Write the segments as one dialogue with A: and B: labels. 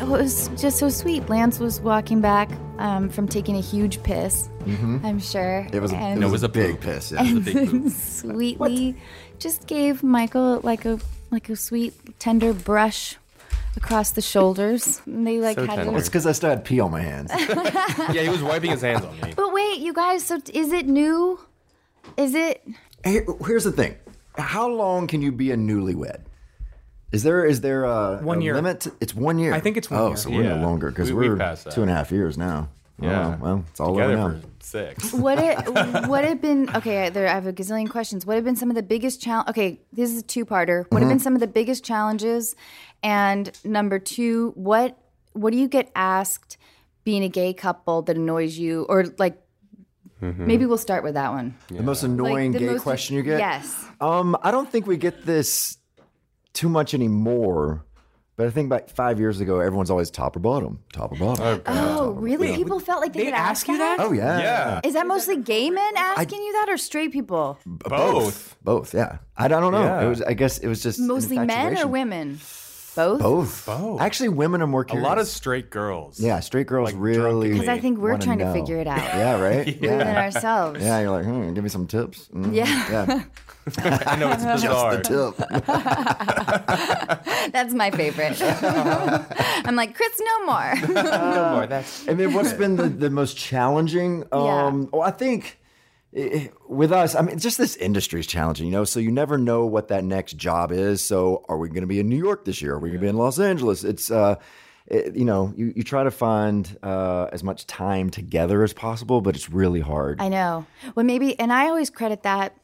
A: Well, it was just so sweet. Lance was walking back um, from taking a huge piss, I'm sure.
B: Mm-hmm. It was a,
A: and
B: it was
A: was
B: a
A: a
B: big
C: poop.
B: piss. Yeah.
C: The big poop.
A: sweetly just gave Michael like a like a sweet tender brush across the shoulders. And they like
C: So
A: had
C: tender.
A: little
B: it's because I still had pee on my hands.
C: yeah, he was wiping his hands on me.
A: But wait, you guys, so is it new? Is it
B: Here- here's the thing: how long can you be a newlywed? Is there is there a,
D: One
B: a
D: year.
B: limit? It's one year.
D: I think it's one
B: oh,
D: year.
B: so we're no
C: Yeah.
B: longer because
C: We- we
B: we, are
C: passed that.
B: two and a half years now. Oh,
C: Yeah.
B: well, it's all over
C: Together
B: now.
C: for six.
A: what it what have been okay, there I have a gazillion questions. What have been some of the biggest challenge okay, this is a two parter.
B: Mm-hmm.
A: What have been some of the biggest challenges? And number two, what what do you get asked being a gay couple that annoys you or like
B: Mm-hmm.
A: maybe we'll start with that one.
B: The most annoying
A: the
B: gay
A: most-
B: question you get.
A: Yes.
B: Um, I don't think we get this too much anymore. But I think about five years ago, everyone's always top or bottom, top or bottom. Oh,
A: Oh, really? People felt like they,
D: They
A: could
D: ask you that?
B: yeah,
C: Yeah.
A: Is that mostly gay men asking you that or straight people?
C: Both.
B: both. Yeah, I, I don't know.
C: Yeah.
B: It was. I guess it was just an
A: Mostly men or
B: infatuation.
A: women? Both?
B: Both.
C: Both.
B: Actually, women are more
C: A
B: curious.
C: lot of straight girls.
B: yeah, straight girls
C: Like,
B: really.
C: drunkenly.
A: Because I think we're
B: wanna
A: trying to
B: know.
A: figure it out
B: Yeah, right. yeah.
A: within
B: yeah.
A: ourselves.
B: you're like, hmm, give me some tips. Mm,
A: Yeah.
B: yeah.
C: I know it's bizarre.
B: Tip.
A: That's my favorite. I'm like, Chris, no more.
C: Boy, that's
B: And then what's been the, the most challenging?
A: Yeah.
B: Um, Well, I think eh, with us, I mean, just this industry is challenging, you know? So you never know what that next job is. So are we going to be in New York this year? Are we going to be in Los Angeles? It's, uh, it, you know, you, you try to find uh, as much time together as possible, but it's really hard.
A: I know. Well, maybe, and I always credit that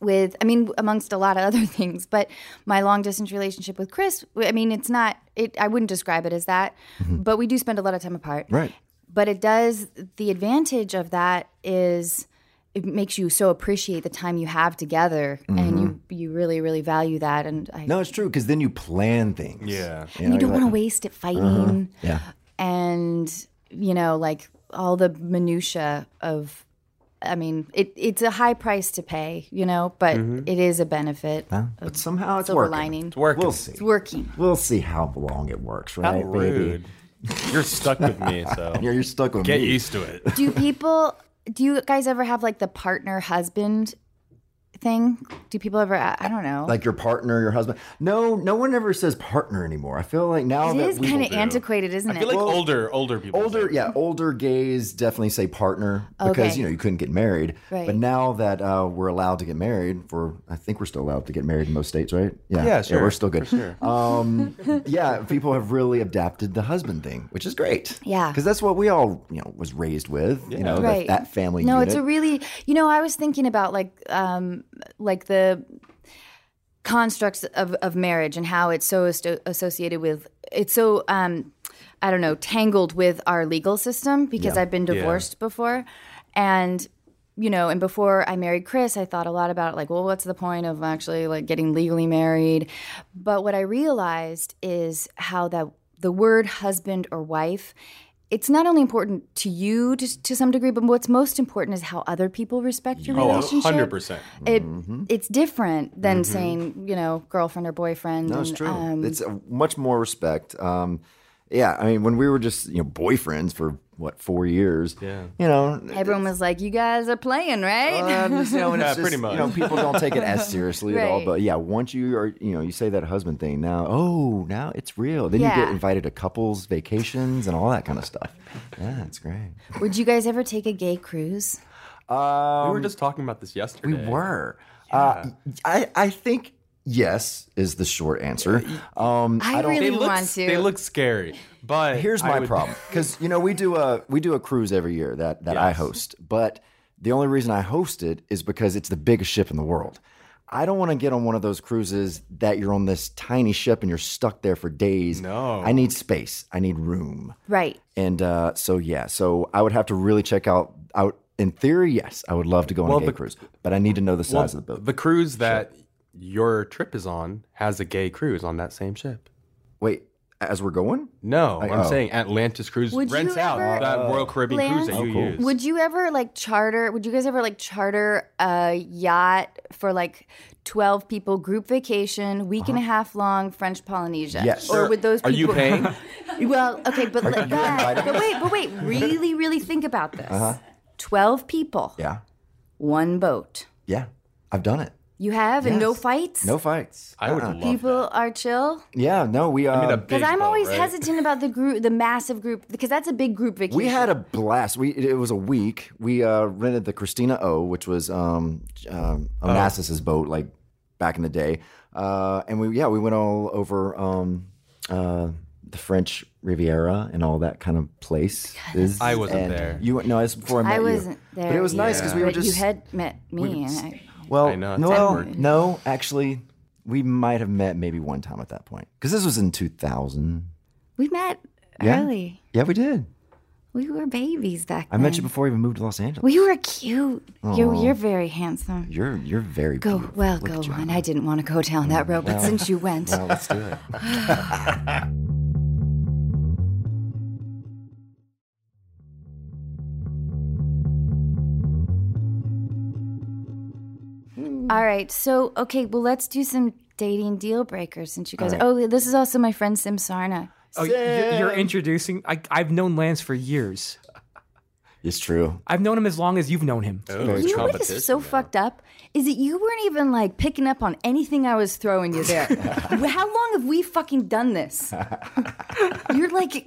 A: with, I mean, amongst a lot of other things, but my long distance relationship with Chris, I mean, it's not, it, I wouldn't describe it as that, but we do spend a lot of time apart.
B: right.
A: but it does the advantage of that is it makes you so appreciate the time you have together and you you really really value that and i
B: No, it's true because then you plan things.
C: yeah.
A: and you don't want to waste it fighting
B: "Uh-huh." Yeah.
A: and you know like all the minutia of i mean it it's a high price to pay you know but it is a benefit
B: But somehow Mm-hmm. it's
A: Um, silver
B: working.
A: lining it's
C: working.
B: We'll see.
A: working
B: We'll see how long it works, right, baby?
C: Rude. You're stuck with me, so
B: Yeah, you're stuck with
C: get
B: me.
C: used to it.
A: do people do you guys ever have like the partner husband thing do people ever i I don't know
B: like your partner, your husband. No, no one ever says partner anymore. I feel like now
A: It
B: that
A: is
B: we
A: kind of
C: do.
A: antiquated, isn't
C: I
A: it?
C: feel like older, older people.
B: older, yeah, older gays definitely say partner because
A: Okay.
B: you know you couldn't get married.
A: Right.
B: But now that uh, we're allowed to get married, we're I think we're still allowed to get married in most states, right? Yeah,
C: Yeah, sure,
B: we're still good.
C: for
B: Um, yeah, people have really adapted the husband thing, which is great.
A: Yeah.
B: because that's what we all you know was raised with. You know, that-
A: Right.
B: that, family.
A: no,
B: unit.
A: it's a really you know, I was thinking about like um like the constructs of, of marriage and how it's so asto- associated with it's so um I don't know, tangled with our legal system because I've been divorced before and you know, and before I married Chris, I thought a lot about like, well, what's the point of actually like getting legally married? But what I realized is how that the word husband or wife, it's not only important to you to, to some degree, but what's most important is how other people respect your
C: Oh,
A: relationship.
C: 100%.
A: It
B: Mm-hmm.
A: it's different than saying you know girlfriend or boyfriend.
B: No, it's
A: and,
B: true.
A: um,
B: it's a much more respect. Um, yeah, I mean, when we were just you know boyfriends for what four years, yeah, you know,
A: everyone was like, you guys are playing, right?
B: uh, just, you know, and it's
C: Yeah, pretty
B: just,
C: much.
B: You know, people don't take it as seriously at all.
A: Right.
B: But yeah, once you are, you know, you say that husband thing now. Oh, now it's real. Then you
A: Yeah.
B: get invited to couples vacations and all that kind of stuff. Yeah, it's great.
A: Would you guys ever take a gay cruise?
B: Um,
C: We were just talking about this yesterday.
B: We were. Uh, I I think yes is the short answer. Um,
A: I,
B: don't-
A: really
C: They look,
A: want to.
C: they look scary, but
B: Here's
C: I
B: my
C: would-
B: problem because you know we do a we do a cruise every year that that I
C: Yes.
B: host, but the only reason I host it is because it's the biggest ship in the world. I don't want to get on one of those cruises that you're on this tiny ship and you're stuck there for days.
C: No.
B: I need space. I need room.
A: right.
B: And uh, so yeah, so I would have to really check out out. In theory, yes, I would love to go on
C: Well,
B: a gay
C: the-
B: cruise, but I need to know the
C: Well,
B: size of the boat.
C: the cruise that your trip is on has a gay cruise on that same ship.
B: Wait, as we're going?
C: No, I, am
B: oh.
C: saying Atlantis Cruise
A: Would you
C: rents out
A: ever
C: that Royal Caribbean
A: land-
C: cruise that you
B: Oh, cool.
C: use.
A: Would you ever like charter? Would you guys ever like charter a yacht for like twelve people group vacation, week and a half long French Polynesia?
B: Uh-huh. Yes.
A: Or would those?
C: Are
A: People,
C: you paying?
A: Well, okay, but let that, but wait, but wait, really, really think about this. Twelve people,
B: Uh-huh. Yeah.
A: one boat.
B: Yeah. I've done it.
A: You have and no
B: Yes.
A: fights.
B: No fights. Uh-uh.
C: I would love
A: people are chill.
B: Yeah. No, we uh,
C: that. A big
A: Because I'm
C: boat,
A: always
C: right?
A: hesitant about the group, the massive group, because that's a big group vacation.
B: we had a blast. We it was a week. We uh, rented the Christina O, which was um, um,
C: Oh.
B: Onassis's boat, like back in the day. Uh, and we yeah, we went all over um, uh, the French Riviera and all that kind of place.
C: I wasn't
B: And
C: there.
B: You went- no, it's before I met
A: I
B: you.
A: wasn't there.
B: but it was nice because we
A: either,
B: were
A: but
B: just
A: you had met me. and I,
B: well.
C: I know, it's
B: no, well,
C: awkward.
B: no, actually, we might have met maybe one time at that point because this was in two thousand.
A: we met
B: Yeah.
A: early.
B: Yeah, we did.
A: We were babies back
B: I
A: then.
B: met you before we even moved to Los Angeles.
A: We were cute. You're, you're very handsome.
B: You're you're very
A: Go,
B: beautiful.
A: well, go on. I didn't want to go down that road, but since you went,
B: Now let's do it.
A: all right. So, okay, well, let's do some dating deal breakers since you guys. Oh, this is also my friend Sim Sarna.
D: Oh, you're, you're introducing. I, I've known Lance for years.
B: It's true.
D: I've known him as long as you've known him.
C: Oh,
A: You know what is so fucked up is that you weren't even like picking up on anything I was throwing you there. How long have we fucking done this? You're like,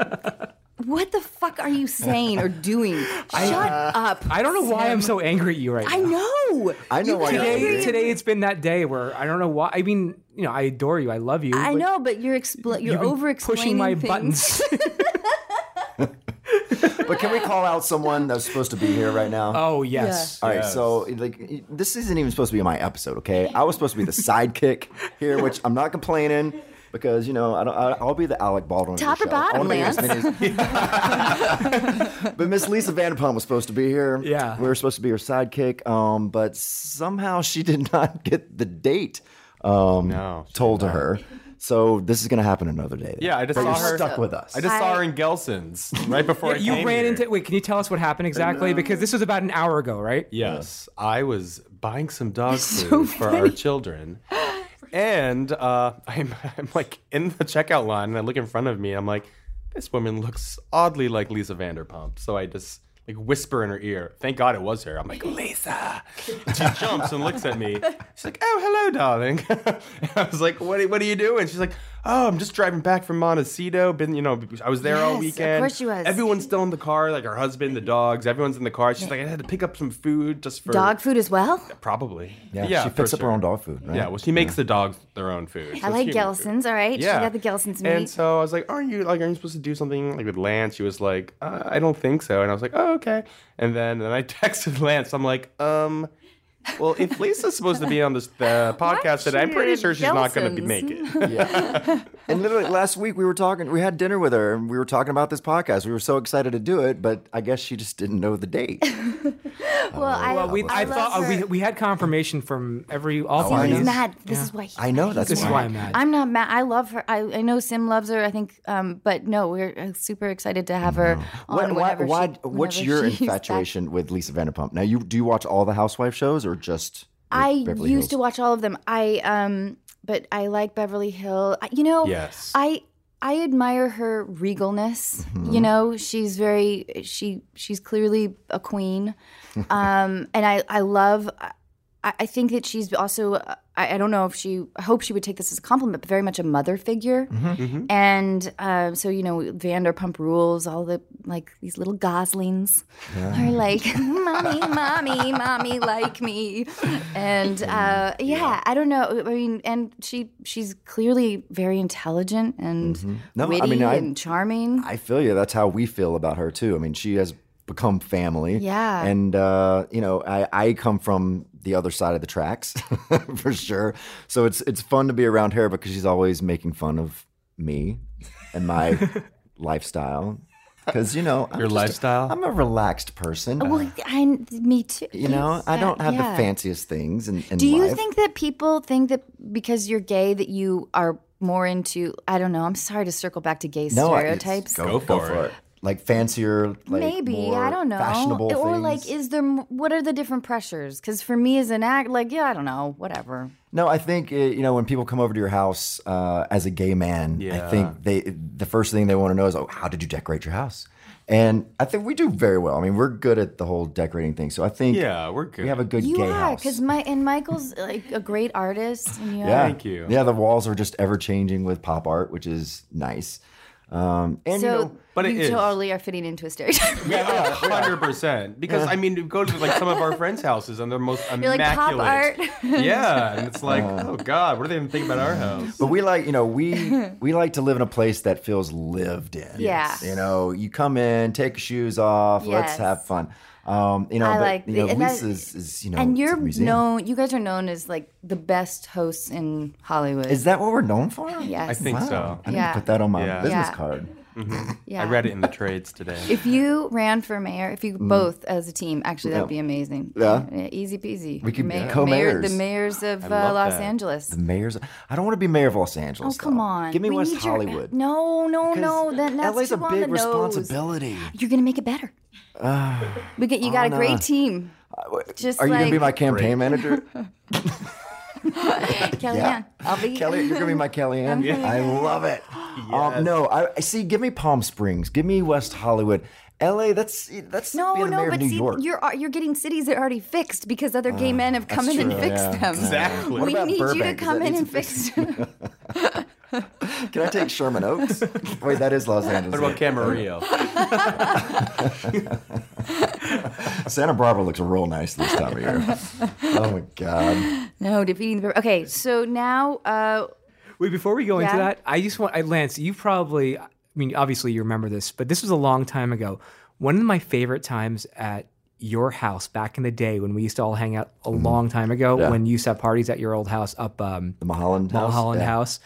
A: what the fuck are you saying or doing? Shut up.
D: I don't know why I'm so angry at you right
A: I
D: now.
A: know.
B: I know why you're
D: Today,
B: angry.
D: today it's been that day where I don't know why. I mean, you know, I adore you. I love you.
A: I
D: but
A: know, but you're expl- you're
D: you've been
A: over explaining
D: pushing my
A: things.
D: buttons.
B: But can we call out someone that's supposed to be here right now?
D: oh yes.
B: All right, so like this isn't even supposed to be my episode, okay? I was supposed to be the sidekick here, which I'm not complaining because you know I don't. I- I'll be the Alec Baldwin. of the
A: Top or
B: show. I
A: bottom,
B: wanna make as many as- but Miss Lisa Vanderpump was supposed to be here.
D: Yeah.
B: we were supposed to be her sidekick, um, but somehow she did not get the date um,
C: No, she
B: told to her. So this is gonna happen another day.
C: Yeah, I just
B: But
C: saw
B: you're
C: her- uh,
B: stuck with us.
C: I just saw her in Gelson's right before I
D: You
C: came
D: ran
C: here.
D: into. Wait, can you tell us what happened exactly? Because this was about an hour ago, right?
C: Yes, I was buying some dog food for our children, and uh, I'm, I'm like in the checkout line, and I look in front of me. I'm like, this woman looks oddly like Lisa Vanderpump. So I just like whisper in her ear. Thank God it was her. I'm like, Lisa. And she jumps and looks at me. She's like, oh, hello, darling. And I was like, what, are- what are you doing? She's like, oh, I'm just driving back from Montecito. Been, you know, I was there
A: Yes,
C: all
A: of
C: weekend.
A: course she was.
C: Everyone's still in the car, like her husband, the dogs, everyone's in the car. She's like, I had to pick up some food just for
A: Dog food as well?
C: Probably.
B: Yeah, she picks
C: for
B: up her
C: sure.
B: own dog food. Right?
C: Yeah, well, she makes the dogs their own food.
A: I
C: so it's
A: like
C: human food.
A: Gelson's, all right?
C: Yeah,
A: She got the Gelson's meat.
C: And so I was like, "Aren't you like, are you supposed to do something like with Lance?" She was like, uh, "I don't think so," and I was like, "Oh, okay." And then then I texted Lance. I'm like, "Um, well, if Lisa's supposed to be on this uh, podcast today, I'm pretty
A: should
C: sure she's not going to be make
A: Gelson's?
C: it."
B: And literally last week we were talking, we had dinner with her and we were talking about this podcast. We were so excited to do it, but I guess she just didn't know the date.
A: well, I,
D: Well, we, I,
A: I, love
D: thought uh,
A: her.
D: we, we had confirmation from every all
B: I
D: three
B: know.
D: of
A: He's
D: us.
A: mad. This is why he
B: I know that's
D: This is why I'm mad.
A: I'm not mad. I love her. I, I know Sim loves her. I think, um, but no, we're uh, super excited to have her on.
B: What, why,
A: whenever
B: why,
A: she-
B: what's
A: whenever
B: your
A: she's back.
B: infatuation with Lisa Vanderpump? Now, you do you watch all the Housewife shows or just?
A: I
B: Beverly
A: used to
B: Hills?
A: watch all of them. I um, but I like Beverly Hill. I, you know,
C: Yes.
A: I I admire her regalness.
B: Mm-hmm.
A: You know, she's very she she's clearly a queen, um, and I I love. I, I think that she's also. I, I don't know if she. I hope she would take this as a compliment, but very much a mother figure.
B: Mm-hmm.
A: And um, so you know, Vanderpump Rules. All the like these little Goslings are like, "Mommy, mommy, mommy, like me," and uh, yeah, I don't know. I mean, and she she's clearly very intelligent and
B: Mm-hmm. No, I
A: witty
B: mean, I-
A: and charming.
B: I feel you. That's how we feel about her too. I mean, she has become family.
A: Yeah.
B: And uh, you know, I, I come from the other side of the tracks for sure. So it's it's fun to be around her because she's always making fun of me and my lifestyle. Because you know, I'm
C: Your
B: just a-
C: lifestyle?
B: I'm a relaxed person.
A: Oh, well, I me too.
B: you know, I don't have
A: Yeah.
B: the fanciest things in, in
A: Do you
B: life.
A: think that people think that because you're gay that you are more into I don't know. I'm sorry to circle back to gay
B: No, I- it's-
A: stereotypes.
C: Go for it.
B: Like fancier, like
A: Maybe
B: more
A: I don't know.
B: Fashionable
A: or
B: things.
A: like, is there m- what are the different pressures? Because for me as an act, like yeah, I don't know, whatever.
B: No, I think uh, you know when people come over to your house uh, as a gay man. I
C: Yeah.
B: think they the first thing they want to know is, oh, how did you decorate your house? And I think we do very well. I mean, we're good at the whole decorating thing. So I think
C: Yeah, we're good.
B: we have a good
A: You
B: gay
A: are
B: house.
A: because my and Michael's like a great artist. And you
B: yeah,
A: are-
C: Thank you.
B: Yeah, the walls are just ever changing with pop art, which is nice. Um, and
A: So
B: you know,
C: But it
A: you
C: is.
A: totally are fitting into a stereotype.
C: Yeah, hundred percent. Because I mean, you go to like some of our friends' houses and they're most
A: like,
C: immaculate.
A: "Pop
C: yeah, and it's like, oh god, what do they even think about our house?
B: But we like, you know, we we like to live in a place that feels lived in.
A: Yeah.
B: You know, you come in, take your shoes off, let's
A: Yes.
B: have fun. Um, you know,
A: I
B: but,
A: like
B: you
A: the-
B: know,
A: and that-
B: Lisa's is, you know,
A: and
B: it's
A: you're
B: a museum.
A: known. You guys are known as like the best hosts in Hollywood.
B: Is that what we're known for?
A: yes.
C: I think so.
B: I need
A: Yeah.
B: to put that on my
C: Yeah.
B: business
A: Yeah.
B: card.
A: Yeah.
C: I read it in the trades today.
A: If you ran for mayor, if you both as a team, actually that would be amazing.
B: Mm. Yeah.
A: easy peasy.
B: We could be
A: Mayor- mayor-
B: co-mayors.
A: The mayors of uh,
C: love
A: Los
C: that.
A: Angeles.
B: The mayor's I don't want to be mayor of Los
A: Oh
B: Angeles.
A: come
B: though.
A: on!
B: Give me
A: We
B: West
A: need your-
B: Hollywood.
A: no, no, no. That, that's
B: LA's
A: too
B: a
A: on the
B: big
A: nose.
B: responsibility. Ah.
A: You're gonna make it better. we get you got a
B: Anna. Uh,
A: great team. Just
B: Are you
A: like
B: gonna be my campaign manager?
A: Kellyanne. I'll be
B: Kelly, you're gonna be my Kellyanne. I love it. Um,
C: Yes.
B: no, I I- see. Give me Palm Springs. Give me West Hollywood. L.A. That's that's
A: No,
B: being the
A: no,
B: mayor
A: but
B: of New
A: see,
B: York. Ah,
A: you're you're getting cities that are already fixed because other gay men have come in
B: that's
A: and
B: true,
A: fixed
B: yeah.
A: them.
C: Exactly.
B: What
A: We
B: about
A: need you to
B: Burbank? Does
A: come
B: that
A: in
B: need
A: and
B: some
A: fix them.
B: Can I take Sherman Oaks? Wait, that is Los Angeles.
C: What about Camarillo?
B: Santa Barbara looks real nice this time of year. oh my god.
A: no, defeating the okay. So now, uh,
D: Wait, before we go into
A: Yeah.
D: that, I just want, I, Lance, you probably, I mean, obviously you remember this, but this was a long time ago. One of my favorite times at your house back in the day when we used to all hang out a
B: Mm-hmm.
D: long time ago when you used to have parties at your old house up um,
B: The Mulholland House.
D: Mulholland
B: Yeah.
D: House.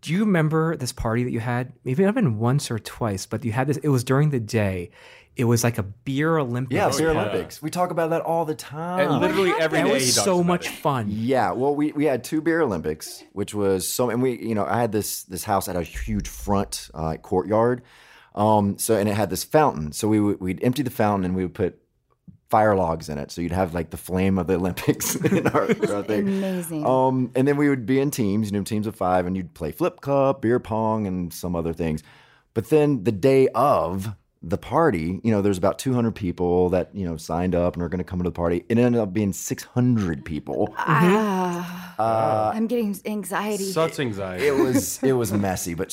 D: Do you remember this party that you had? Maybe it might have been once or twice, but you had this. It was during the day. It was like a beer Olympics.
B: Yeah, Beer Olympics. We talk about that all the time.
C: And literally every day
D: that
C: he
D: was
C: talks
D: so
C: about
D: much
C: it.
D: fun.
B: Yeah, well, we, we had two beer Olympics, which was so, and we, you know, I had this this house at a huge front uh, courtyard, um, so and it had this fountain, so we would we'd empty the fountain and we would put fire logs in it, so you'd have like the flame of the Olympics in our, our thing.
A: amazing.
B: Um, and then we would be in teams, you know, teams of five, and you'd play flip cup, beer pong, and some other things. But then the day of the party, you know, there's about 200 people that you know signed up and are going to come to the party. It ended up being 600 people.
A: Ah,
B: mm-hmm.
A: I'm getting anxiety.
C: Such anxiety.
B: Uh, It was it was messy, but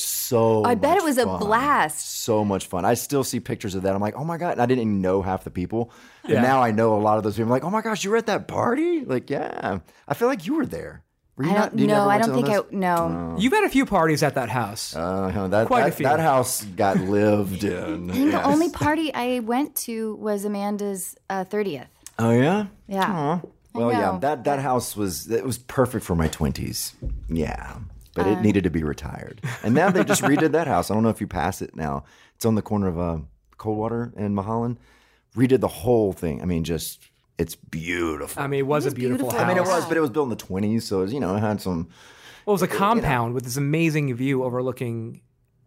B: so
A: I bet
B: much
A: it was a
B: fun.
A: blast.
B: So much fun. I still see pictures of that. I'm like, oh my god, and I didn't even know half the people. And now I know a lot of those people. I'm like, oh my gosh, you were at that party? Like, yeah. I feel like you were there. Were you
A: I
B: not?
A: don't
B: you never
A: know. I
B: went
A: don't
B: to
A: think I
B: those?
A: no.
D: You've had a few parties at that house.
B: Uh, that,
D: Quite a
B: that,
D: few.
B: that house got lived in.
A: The only party I went to was Amanda's uh, 30th.
B: oh yeah.
A: Yeah.
B: Aw. Well, yeah.
A: know.
B: That that house was it was perfect for my twenties. Yeah. But
A: Uh.
B: it needed to be retired. And now they just redid that house. I don't know if you pass it now. It's on the corner of uh, Coldwater and Mulholland. Redid the whole thing. I mean, just it's beautiful.
D: I mean, it was, a beautiful,
A: beautiful.
D: house.
B: I mean, it was,
A: wow.
B: but it was built in the twenties, so it was, you know, it had some.
D: Well, it was a compound with this amazing view overlooking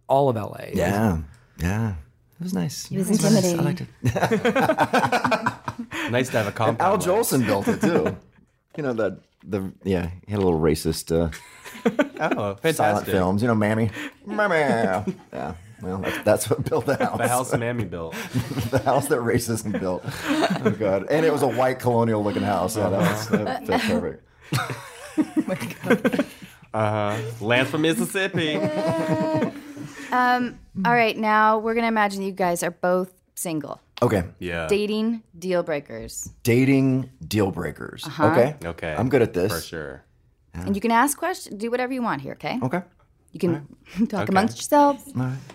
D: all of LA.
B: Yeah, yeah, it was nice. It
A: was
B: nice. I
A: intimidating.
B: liked it.
C: nice to have a compound.
B: Al
C: like-
B: Jolson built it too. you know the the yeah, he had a little racist uh,
C: Oh,
B: silent
C: fantastic.
B: films. You know, Mammy, Mammy. yeah, well, that's, that's what built the house.
C: The house Mammy built.
B: the house that racism built. Oh god! And it was a white colonial looking house. Yeah, that was that, that's perfect.
C: Land from Mississippi.
B: Mm-hmm.
A: All right, now we're gonna imagine you guys are both single.
B: Okay,
C: Yeah.
A: Dating deal breakers,
B: dating deal breakers.
A: Uh-huh.
B: Okay,
C: Okay.
B: I'm good at this.
C: For sure.
A: and you can ask questions. Do whatever you want here. Okay.
B: Okay,
A: You can talk amongst yourselves,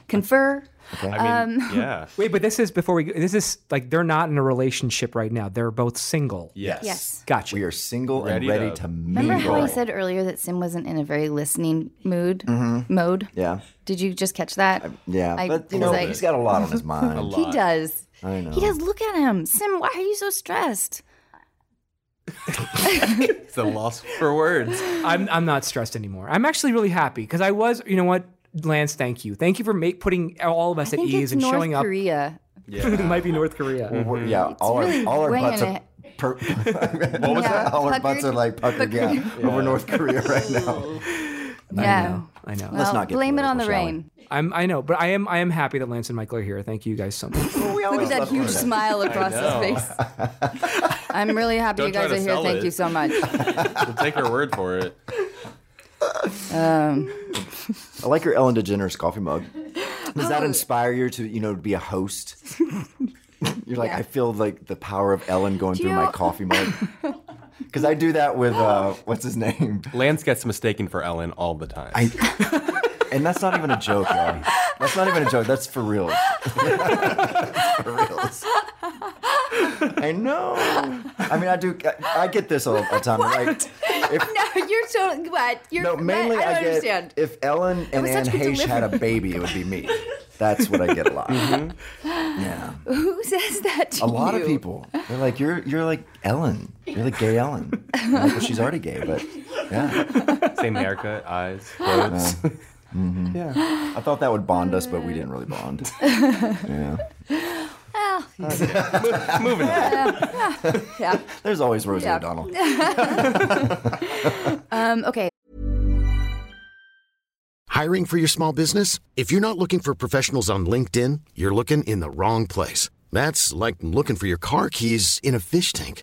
A: confer.
C: I
A: Um,
C: mean, yeah.
D: Wait, but this is before we. This is like they're not in a relationship right now. They're both single.
C: Yes.
A: Yes.
D: Gotcha.
B: we are single
C: Ready
B: and ready
C: to-
B: to
A: Remember
B: mingle.
A: how I said earlier that Sim wasn't in a very listening mood? Mode.
B: Mm-hmm. yeah,
A: Did you just catch that?
B: yeah,
A: I-
B: but you
A: I was
B: know
A: like-
B: he's got a lot on his mind.
C: lot.
A: He does.
B: I know.
A: He does. Look at him, Sim. Why are you so stressed?
C: It's a loss for words.
D: I'm I'm not stressed anymore. I'm actually really happy because I was. You know what, Lance? Thank you. Thank you for make, putting all of us
A: I
D: at
A: think
D: ease
A: it's
D: and
A: North
D: showing up.
A: Korea.
D: it might be North Korea.
B: We're- Yeah, all our all our
A: weighing
B: butts
A: on
B: are.
A: it.
B: Per- what
A: was that?
B: All our butts
A: Puckered-
B: are like puckered out over North Korea right now.
A: Yeah.
D: I know.
A: Well,
B: not get
A: blame it on
B: political,
A: the
B: shall we?
A: rain.
D: I'm I know, but I am I am happy that Lance and Michael are here. Thank you guys so much.
A: Look at that huge smile across
C: know.
A: his face. I'm really happy
C: Don't
A: you
C: try
A: guys
C: to
A: are here.
C: sell
A: Thank
C: it.
A: you so much.
C: We'll take your word for it.
A: Um,
B: I like your Ellen DeGeneres coffee mug. Does
A: Oh.
B: that inspire you to, you know, be a host? You're like, I feel like the power of Ellen going through
A: you
B: my
A: know-
B: coffee mug. Because I do that with uh, what's his name,
C: Lance gets mistaken for Ellen all the time.
B: and that's not even a joke, y'all. That's not even a joke. That's for real. for reals. I know. I mean, I do. I, I get this all the time. Like, if,
A: no, you're so what? You're
B: No,
A: what?
B: mainly
A: I
B: I,
A: don't
B: get
A: understand.
B: if Ellen and
A: was
B: Anne
A: such good
B: Heche had a baby, it would be me. That's what I get a lot.
C: Mm-hmm.
B: Yeah,
A: Who says that to
B: a lot
A: you?
B: of people. They're like, you're you're like Ellen. You're like gay Ellen. I'm like, well, she's already gay, but yeah.
C: Same haircut, eyes, clothes. Yeah.
B: I thought that would bond us, but we didn't really bond. Yeah,
A: Oh,
C: Moving on.
A: yeah.
B: there's always Rosie
A: Yeah.
B: O'Donnell.
A: Um, okay.
E: Hiring for your small business? If you're not looking for professionals on LinkedIn, you're looking in the wrong place. That's like looking for your car keys in a fish tank.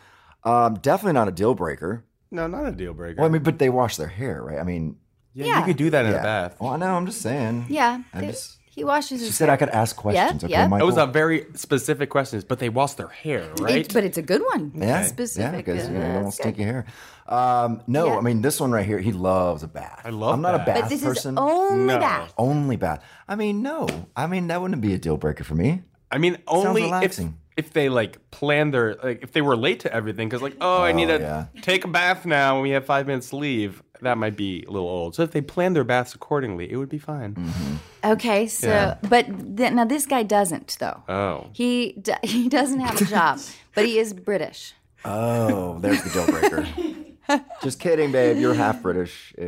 B: Um, definitely not a deal breaker.
C: No, not a deal breaker.
B: Well, I mean, but they wash their hair, right? I mean,
C: yeah,
A: Yeah.
C: you could do that in
B: yeah.
C: a bath.
B: Well, I know. I'm just saying.
A: Yeah.
B: I'm
A: they-
B: just-
A: he washes
B: She
A: his
B: said I could ask questions. okay,
A: yeah.
B: Michael.
C: It was a very specific question, but they lost their hair, right?
A: It- but it's a good one.
B: Yeah, yeah,
A: Specific.
B: because you know,
A: uh,
B: you don't want
A: that's good.
B: stinky hair. Um, no,
A: Yeah.
B: I mean this one right here. He loves a bath. I
C: love
B: I'm not a
C: baths.
B: bath
A: But this
B: person.
A: is only
C: No.
A: bath.
B: only bath. I mean, no. I mean that wouldn't be a deal breaker for me.
C: I mean, only if,
B: relaxing.
C: if they like plan their like if they were late to everything because like oh, I need to
B: yeah.
C: take a bath now and we have five minutes to leave. That might be a little old. So if they plan their baths accordingly, it would be fine.
B: Mm-hmm.
A: Okay, so but th- now this guy doesn't though.
C: Oh,
A: He d- he doesn't have a job, but he is British.
B: Oh, there's the deal breaker. Just kidding, babe. You're half British-ish.